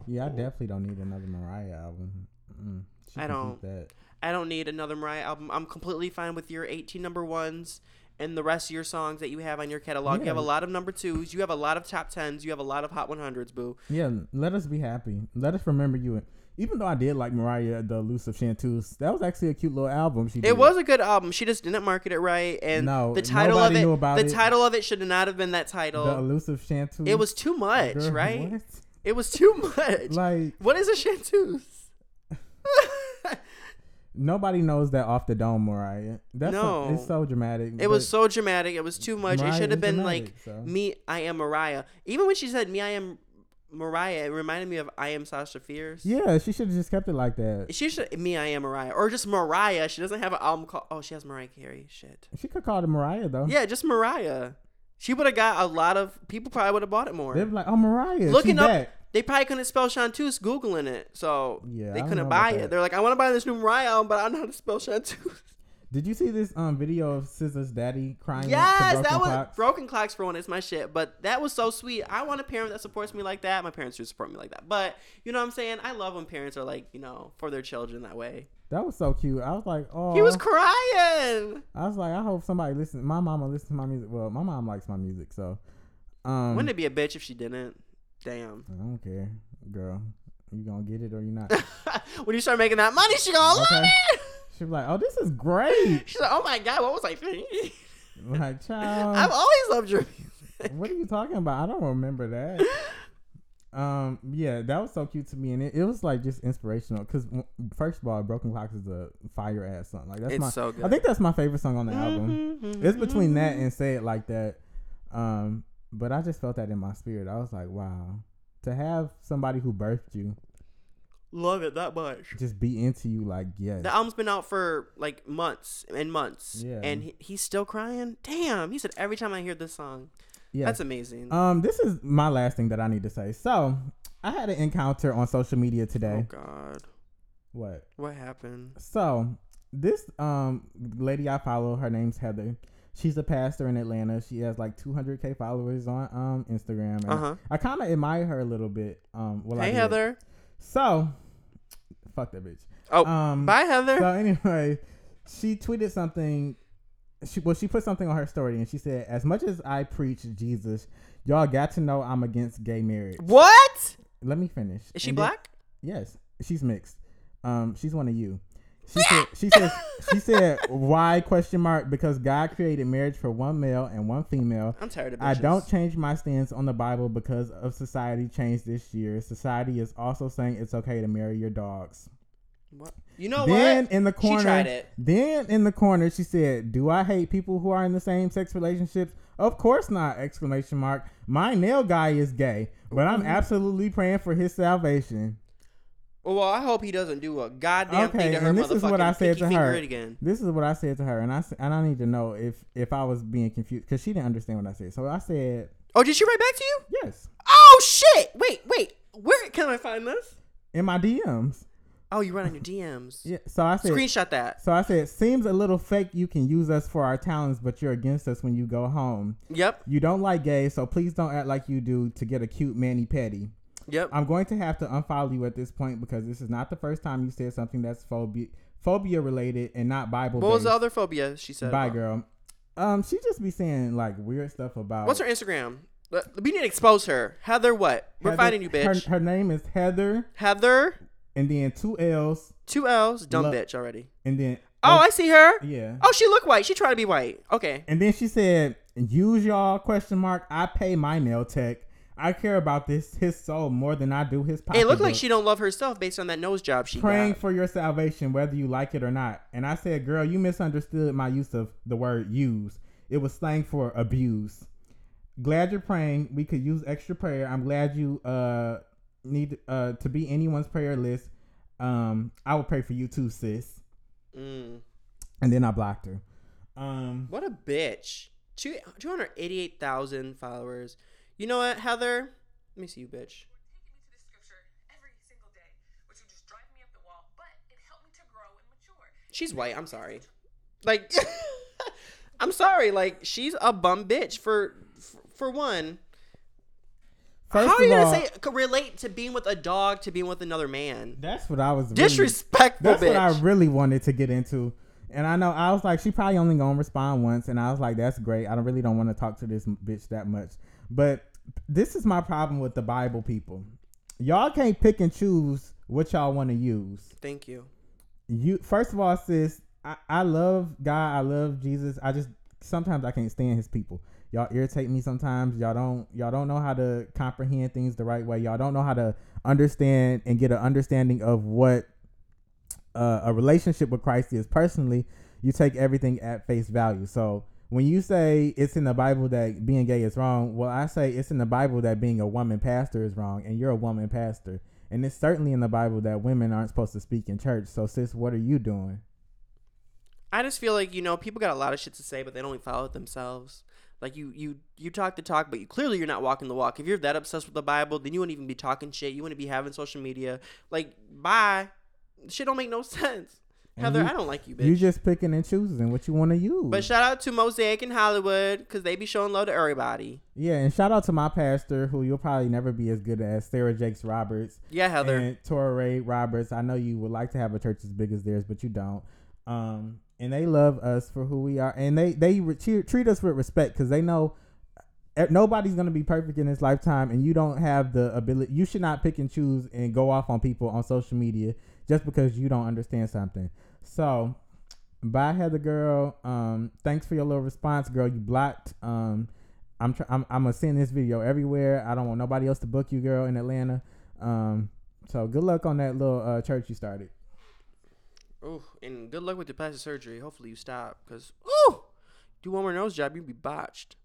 [SPEAKER 2] Yeah, I definitely don't need another Mariah album. Mm, she
[SPEAKER 1] I
[SPEAKER 2] can
[SPEAKER 1] don't.
[SPEAKER 2] keep That.
[SPEAKER 1] I don't need another Mariah album. I'm completely fine with your 18 number ones and the rest of your songs that you have on your catalog. You have a
[SPEAKER 2] Yeah.
[SPEAKER 1] lot of number twos. You have a lot of top tens. You have a lot of hot 100s, boo.
[SPEAKER 2] Yeah, let us be happy. Let us remember you. Even though I did like Mariah, the Elusive Chanteuse, that was actually a cute little album. She did.
[SPEAKER 1] It was a good album. She just didn't market it right, and
[SPEAKER 2] No,
[SPEAKER 1] the title of
[SPEAKER 2] nobody
[SPEAKER 1] it,
[SPEAKER 2] knew about
[SPEAKER 1] the
[SPEAKER 2] it.
[SPEAKER 1] title of it should not have been that
[SPEAKER 2] the
[SPEAKER 1] title.
[SPEAKER 2] Elusive Chanteuse.
[SPEAKER 1] It was too much,
[SPEAKER 2] Girl,
[SPEAKER 1] right?
[SPEAKER 2] what?
[SPEAKER 1] It was too much.
[SPEAKER 2] Like
[SPEAKER 1] what is a chanteuse?
[SPEAKER 2] nobody knows that off the dome, Mariah. That's so,
[SPEAKER 1] No.
[SPEAKER 2] it's so dramatic.
[SPEAKER 1] It was so dramatic. It was too much. it
[SPEAKER 2] Mariah
[SPEAKER 1] should have
[SPEAKER 2] is
[SPEAKER 1] been
[SPEAKER 2] dramatic,
[SPEAKER 1] like
[SPEAKER 2] so.
[SPEAKER 1] me, I am Mariah. Even when she said me, I am Mariah, it reminded me of I am Sasha Fierce.
[SPEAKER 2] Yeah, she should have just kept it like that.
[SPEAKER 1] She should me, I am Mariah, or just Mariah. She doesn't have an album called. Oh, she has Mariah Carey. Shit.
[SPEAKER 2] She could call it Mariah though.
[SPEAKER 1] Yeah, just Mariah. She would have got a lot of people. Probably would have bought it more.
[SPEAKER 2] They'd be like, "Oh, Mariah,
[SPEAKER 1] Looking
[SPEAKER 2] she
[SPEAKER 1] up,
[SPEAKER 2] back."
[SPEAKER 1] they probably couldn't spell Chanteuse googling it, so they
[SPEAKER 2] Yeah, I don't know
[SPEAKER 1] couldn't
[SPEAKER 2] about
[SPEAKER 1] buy it.
[SPEAKER 2] that.
[SPEAKER 1] They're like, I want to buy this new Mariah album, but I don't know how to spell Chanteuse.
[SPEAKER 2] Did you see this um video of Scissor's daddy crying? to
[SPEAKER 1] Yes,
[SPEAKER 2] Broken
[SPEAKER 1] that was
[SPEAKER 2] Clocks?
[SPEAKER 1] broken clocks for one. It's my shit, but that was so sweet. I want a parent that supports me like that. My parents do support me like that, but you know what I'm saying. I love when parents are like, you know, for their children that way.
[SPEAKER 2] that was so cute. I was like, "Oh."
[SPEAKER 1] He was crying.
[SPEAKER 2] I was like, "I hope somebody listens." My mama listens to my music. Well, my mom likes my music, so um,
[SPEAKER 1] Wouldn't it be a bitch if she didn't? Damn.
[SPEAKER 2] I don't care, girl. You gonna get it or you not?
[SPEAKER 1] when you start making that money, she gonna love
[SPEAKER 2] Okay.
[SPEAKER 1] it.
[SPEAKER 2] She's like, "Oh, this is great!"
[SPEAKER 1] She's like, oh my god, what was I thinking?
[SPEAKER 2] Like,
[SPEAKER 1] I've
[SPEAKER 2] child,
[SPEAKER 1] always loved your music.
[SPEAKER 2] what are you talking about? I don't remember that. Um, yeah, that was so cute to me, and it, it was like just inspirational. Cause w- first of all, Broken Clocks is a fire ass song. Like that's
[SPEAKER 1] It's
[SPEAKER 2] my,
[SPEAKER 1] so good. Mm-hmm,
[SPEAKER 2] I think that's my favorite song on the album. It's between that and Say It Like That. Um, but I just felt that in my spirit. I was like, wow. To have somebody who birthed you
[SPEAKER 1] love it that much.
[SPEAKER 2] just be into you like yes.
[SPEAKER 1] The album's been out for like months and months,
[SPEAKER 2] Yeah.
[SPEAKER 1] and he, he's still crying. Damn, he said every time I hear this song,
[SPEAKER 2] yes.
[SPEAKER 1] that's amazing.
[SPEAKER 2] um, this is my last thing that I need to say. So I had an encounter on social media
[SPEAKER 1] oh
[SPEAKER 2] today.
[SPEAKER 1] God,
[SPEAKER 2] What?
[SPEAKER 1] what happened?
[SPEAKER 2] So this um lady I follow, her name's Heather. She's a pastor in Atlanta. She has like 200k followers on um Instagram. And
[SPEAKER 1] Uh huh.
[SPEAKER 2] I kind of admire her a little bit. Um, well, I
[SPEAKER 1] Hey
[SPEAKER 2] did.
[SPEAKER 1] Heather.
[SPEAKER 2] So, fuck that bitch.
[SPEAKER 1] Oh,
[SPEAKER 2] um,
[SPEAKER 1] Bye Heather.
[SPEAKER 2] So anyway, she tweeted something. She well, she put something on her story, and she said, "As much as I preach Jesus, y'all got to know I'm against gay marriage."
[SPEAKER 1] what?
[SPEAKER 2] Let me finish.
[SPEAKER 1] Is she
[SPEAKER 2] And then-
[SPEAKER 1] black?
[SPEAKER 2] yes, she's mixed. Um, she's one of you. She said, she said, she said, why question mark? Because God created marriage for one male and one female.
[SPEAKER 1] I'm tired of. Bitches.
[SPEAKER 2] I don't change my stance on the Bible because of society change this year. Society is also saying it's okay to marry your dogs.
[SPEAKER 1] What? You know
[SPEAKER 2] then
[SPEAKER 1] what?
[SPEAKER 2] in the corner,
[SPEAKER 1] tried it.
[SPEAKER 2] then in the corner, she said, "Do I hate people who are in the same sex relationships? Of course not!" Exclamation mark. My nail guy is gay, but I'm absolutely praying for his salvation.
[SPEAKER 1] Well, I hope he doesn't do a goddamn
[SPEAKER 2] Okay,
[SPEAKER 1] thing to her
[SPEAKER 2] and this
[SPEAKER 1] motherfucking
[SPEAKER 2] is what I said
[SPEAKER 1] pinky
[SPEAKER 2] to
[SPEAKER 1] finger
[SPEAKER 2] her.
[SPEAKER 1] it again.
[SPEAKER 2] This is what I said to her, and I s- and I need to know if if I was being confused because she didn't understand what I said. So I said
[SPEAKER 1] Oh, did she write back to you?
[SPEAKER 2] yes
[SPEAKER 1] Oh shit! Wait, wait. Where can I find this?
[SPEAKER 2] in my DMs.
[SPEAKER 1] Oh, you run on your DMs.
[SPEAKER 2] Yeah. So I said
[SPEAKER 1] Screenshot that.
[SPEAKER 2] So I said, seems a little fake you can use us for our talents, but you're against us when you go home.
[SPEAKER 1] Yep,
[SPEAKER 2] You don't like gays, so please don't act like you do to get a cute manny petty.
[SPEAKER 1] yep.
[SPEAKER 2] I'm going to have to unfollow you at this point because this is not the first time you said something that's phobia phobia related and not Bible
[SPEAKER 1] what was
[SPEAKER 2] based.
[SPEAKER 1] the other phobia she said?
[SPEAKER 2] Bye
[SPEAKER 1] about?
[SPEAKER 2] girl. Um, she just be saying like weird stuff about
[SPEAKER 1] What's her Instagram? Let- We need to expose her. Heather, what? We're
[SPEAKER 2] Heather-
[SPEAKER 1] finding you, bitch.
[SPEAKER 2] Her, her name is Heather
[SPEAKER 1] Heather,
[SPEAKER 2] and then two L's
[SPEAKER 1] two L's, dumb
[SPEAKER 2] Lo-
[SPEAKER 1] bitch already.
[SPEAKER 2] and then
[SPEAKER 1] Oh, I see her.
[SPEAKER 2] yeah.
[SPEAKER 1] Oh, she look white. She trying to be white. Okay.
[SPEAKER 2] And then she said, "Use y'all question mark. I pay my nail tech. I care about this his soul more than I do his pocketbook.
[SPEAKER 1] It looked like she don't love herself based on that nose job she
[SPEAKER 2] praying
[SPEAKER 1] got.
[SPEAKER 2] for your salvation, whether you like it or not." And I said, "Girl, you misunderstood my use of the word use. It was slang for abuse. Glad you're praying. We could use extra prayer. I'm glad you uh need uh to be anyone's prayer list. Um, I will pray for you too, sis."
[SPEAKER 1] Mm,
[SPEAKER 2] And then I blocked her. Um,
[SPEAKER 1] what a bitch. Two two hundred eighty eight thousand followers. You know what, Heather? Let me see you, bitch.
[SPEAKER 3] were taking me to the scripture every single day, which would just drive me up the wall, but it helped me to grow and mature.
[SPEAKER 1] She's white. I'm sorry. Like, I'm sorry. Like, she's a bum bitch for for one.
[SPEAKER 2] first
[SPEAKER 1] How are
[SPEAKER 2] of
[SPEAKER 1] you
[SPEAKER 2] all,
[SPEAKER 1] gonna say could relate to being with a dog to being with another man?
[SPEAKER 2] that's what I was really-
[SPEAKER 1] Disrespectful
[SPEAKER 2] That's
[SPEAKER 1] bitch.
[SPEAKER 2] what I really wanted to get into. And I know I was like, she probably only gonna respond once, and I was like, that's great. I don't really don't want to talk to this m- bitch that much. But this is my problem with the Bible people. Y'all can't pick and choose what y'all want to use.
[SPEAKER 1] Thank you.
[SPEAKER 2] You first of all, sis, I, I love God, I love Jesus. I just sometimes I can't stand his people. Y'all irritate me sometimes. Y'all don't y'all don't know how to comprehend things the right way. Y'all don't know how to understand and get an understanding of what uh, a relationship with Christ is personally, you take everything at face value. So when you say it's in the Bible that being gay is wrong, well, I say it's in the Bible that being a woman pastor is wrong, and you're a woman pastor. And it's certainly in the Bible that women aren't supposed to speak in church. So, sis, what are you doing?
[SPEAKER 1] I just feel like you know people got a lot of shit to say, but they don't follow it themselves. Like you, you, you talk the talk, but you clearly you're not walking the walk. If you're that obsessed with the Bible, then you wouldn't even be talking shit. You wouldn't be having social media. Like, bye. Shit don't make no sense.
[SPEAKER 2] And
[SPEAKER 1] Heather,
[SPEAKER 2] you-
[SPEAKER 1] I don't like you, bitch.
[SPEAKER 2] You just picking and choosing what you want to use.
[SPEAKER 1] but shout out to Mosaic and Hollywood because they be showing love to everybody.
[SPEAKER 2] yeah, and shout out to my pastor, who you'll probably never be as good as Sarah Jakes Roberts.
[SPEAKER 1] Yeah, Heather.
[SPEAKER 2] and Torrey Roberts. I know you would like to have a church as big as theirs, but you don't. Um, and they love us for who we are, and they they re- cheer- treat us with respect because they know e- nobody's gonna be perfect in this lifetime, and you don't have the ability. You should not pick and choose and go off on people on social media just because you don't understand something. So. Bye, Heather girl. Um, thanks for your little response, girl. You blocked. Um, I'm try- I'm I'm gonna send this video everywhere. I don't want nobody else to book you, girl, in Atlanta. Um, so good luck on that little uh, church you started.
[SPEAKER 1] Ooh, and good luck with your plastic surgery. Hopefully you stop, cause ooh, do one more nose job, you'd be botched.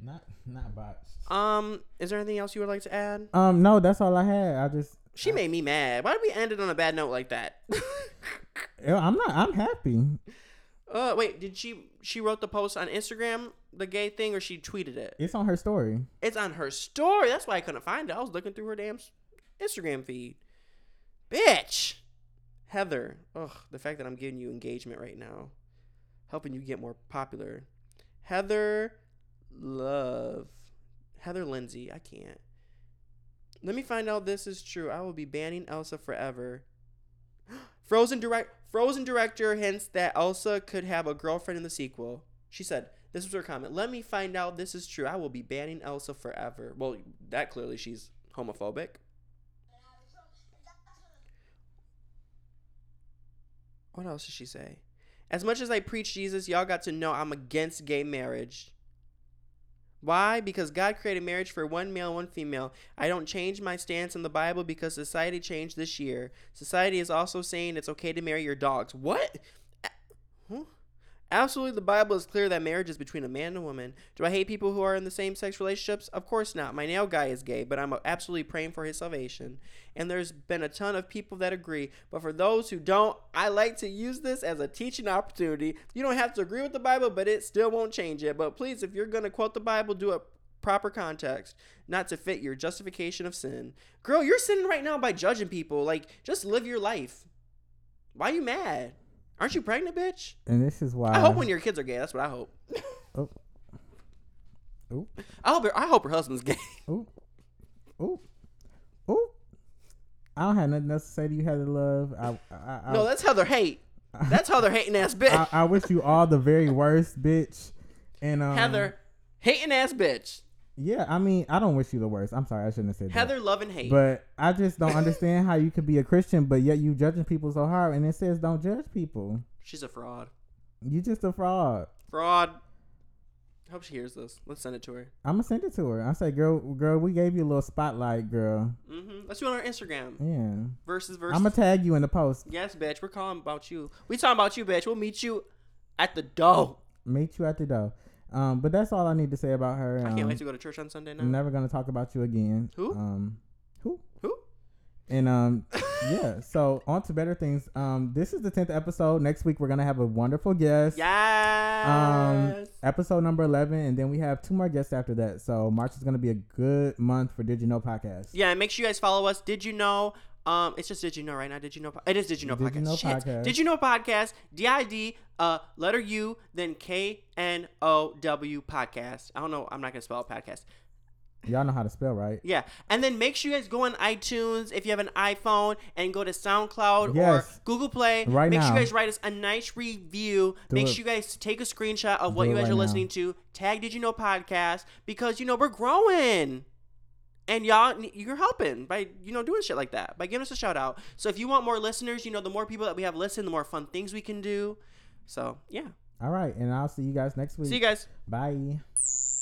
[SPEAKER 2] Not not bots.
[SPEAKER 1] Um, is there anything else you would like to add?
[SPEAKER 2] Um, no, that's all I had. I just
[SPEAKER 1] She made me mad. Why did we end it on a bad note like that?
[SPEAKER 2] Ew, eh, I'm not. I'm happy.
[SPEAKER 1] uh, wait, did she she wrote the post on Instagram, the gay thing, or she tweeted it?
[SPEAKER 2] It's on her story.
[SPEAKER 1] It's on her story. That's why I couldn't find it. I was looking through her damn s- Instagram feed. Bitch, Heather. Ugh, the fact that I'm giving you engagement right now, helping you get more popular. Heather Love. Heather Lindsay. I can't. Let me find out this is true. I will be banning Elsa forever. Frozen direct Frozen director hints that Elsa could have a girlfriend in the sequel. She said, "This was her comment. Let me find out this is true. I will be banning Elsa forever." Well, that clearly she's homophobic. What else did she say? As much as I preach Jesus, y'all got to know I'm against gay marriage. Why? Because God created marriage for one male, one female. I don't change my stance on the Bible because society changed this year. Society is also saying it's okay to marry your dogs. What? Huh? Absolutely, the Bible is clear that marriage is between a man and a woman. Do I hate people who are in the same sex relationships? Of course not. My nail guy is gay, but I'm uh, absolutely praying for his salvation. And there's been a ton of people that agree. But for those who don't, I like to use this as a teaching opportunity. You don't have to agree with the Bible, but it still won't change it. But please, if you're going to quote the Bible, do it proper context, not to fit your justification of sin. Girl, you're sinning right now by judging people. Like, just live your life. Why you mad? Aren't you pregnant, bitch?
[SPEAKER 2] And this is why
[SPEAKER 1] I hope when your kids are gay. That's what I hope.
[SPEAKER 2] Oh. Oop.
[SPEAKER 1] I hope. Her, I hope her husband's gay.
[SPEAKER 2] Oop. Oop. Oop. I don't have nothing else to say to you, Heather Love. I, I, I,
[SPEAKER 1] No, that's Heather hate. That's Heather hating ass bitch.
[SPEAKER 2] I, I wish you all the very worst, bitch. And um,
[SPEAKER 1] Heather hating ass bitch.
[SPEAKER 2] Yeah, I mean, I don't wish you the worst. I'm sorry, I shouldn't have said
[SPEAKER 1] Heather loving hate.
[SPEAKER 2] that. But I just don't understand how you could be a Christian, but yet you judging people so hard. And it says don't judge people.
[SPEAKER 1] She's a fraud.
[SPEAKER 2] You just a fraud.
[SPEAKER 1] Fraud. I hope she hears this. Let's send it to her.
[SPEAKER 2] I'm gonna send it to her. I say, girl, girl, we gave you a little spotlight, girl.
[SPEAKER 1] hmm Let's do it on our Instagram.
[SPEAKER 2] Yeah,
[SPEAKER 1] Versus versus.
[SPEAKER 2] I'm gonna tag you in the post.
[SPEAKER 1] yes, bitch. We're calling about you. We talking about you, bitch. We'll meet you at the door.
[SPEAKER 2] Meet you at the door. Um, but that's all I need to say about her.
[SPEAKER 1] I can't
[SPEAKER 2] Um,
[SPEAKER 1] wait to go to church on Sunday now.
[SPEAKER 2] I'm never gonna talk about you again.
[SPEAKER 1] Who?
[SPEAKER 2] Um, who?
[SPEAKER 1] Who?
[SPEAKER 2] And um, yeah. So on to better things. Um, this is the tenth episode. Next week we're gonna have a wonderful guest.
[SPEAKER 1] Yes.
[SPEAKER 2] Um, episode number eleven, and then we have two more guests after that. So March is gonna be a good month for Did You Know podcast.
[SPEAKER 1] Yeah, and make sure you guys follow us. Did you know? Um, it's just did you know right now? Did you know? po- It is did you know
[SPEAKER 2] Did
[SPEAKER 1] podcast.
[SPEAKER 2] You Know
[SPEAKER 1] Shit.
[SPEAKER 2] Podcast.
[SPEAKER 1] Did you know podcast? D I D uh letter U then K N O W podcast. I don't know. I'm not gonna spell out podcast.
[SPEAKER 2] Y'all know how to spell, right?
[SPEAKER 1] Yeah, and then make sure you guys go on iTunes if you have an iPhone and go to SoundCloud
[SPEAKER 2] Yes.
[SPEAKER 1] or Google Play.
[SPEAKER 2] Right
[SPEAKER 1] make sure
[SPEAKER 2] now.
[SPEAKER 1] you guys write us a nice review.
[SPEAKER 2] Do
[SPEAKER 1] make
[SPEAKER 2] it.
[SPEAKER 1] sure you guys take a screenshot of what
[SPEAKER 2] Do
[SPEAKER 1] you
[SPEAKER 2] it
[SPEAKER 1] guys
[SPEAKER 2] right
[SPEAKER 1] are
[SPEAKER 2] now.
[SPEAKER 1] listening to. Tag Did You Know Podcast because you know we're growing. And y'all, ne- you're helping by you know doing shit like that by giving us a shout out. So if you want more listeners, you know the more people that we have listen, the more fun things we can do. So yeah,
[SPEAKER 2] All right, and I'll see you guys next week.
[SPEAKER 1] see you guys.
[SPEAKER 2] Bye.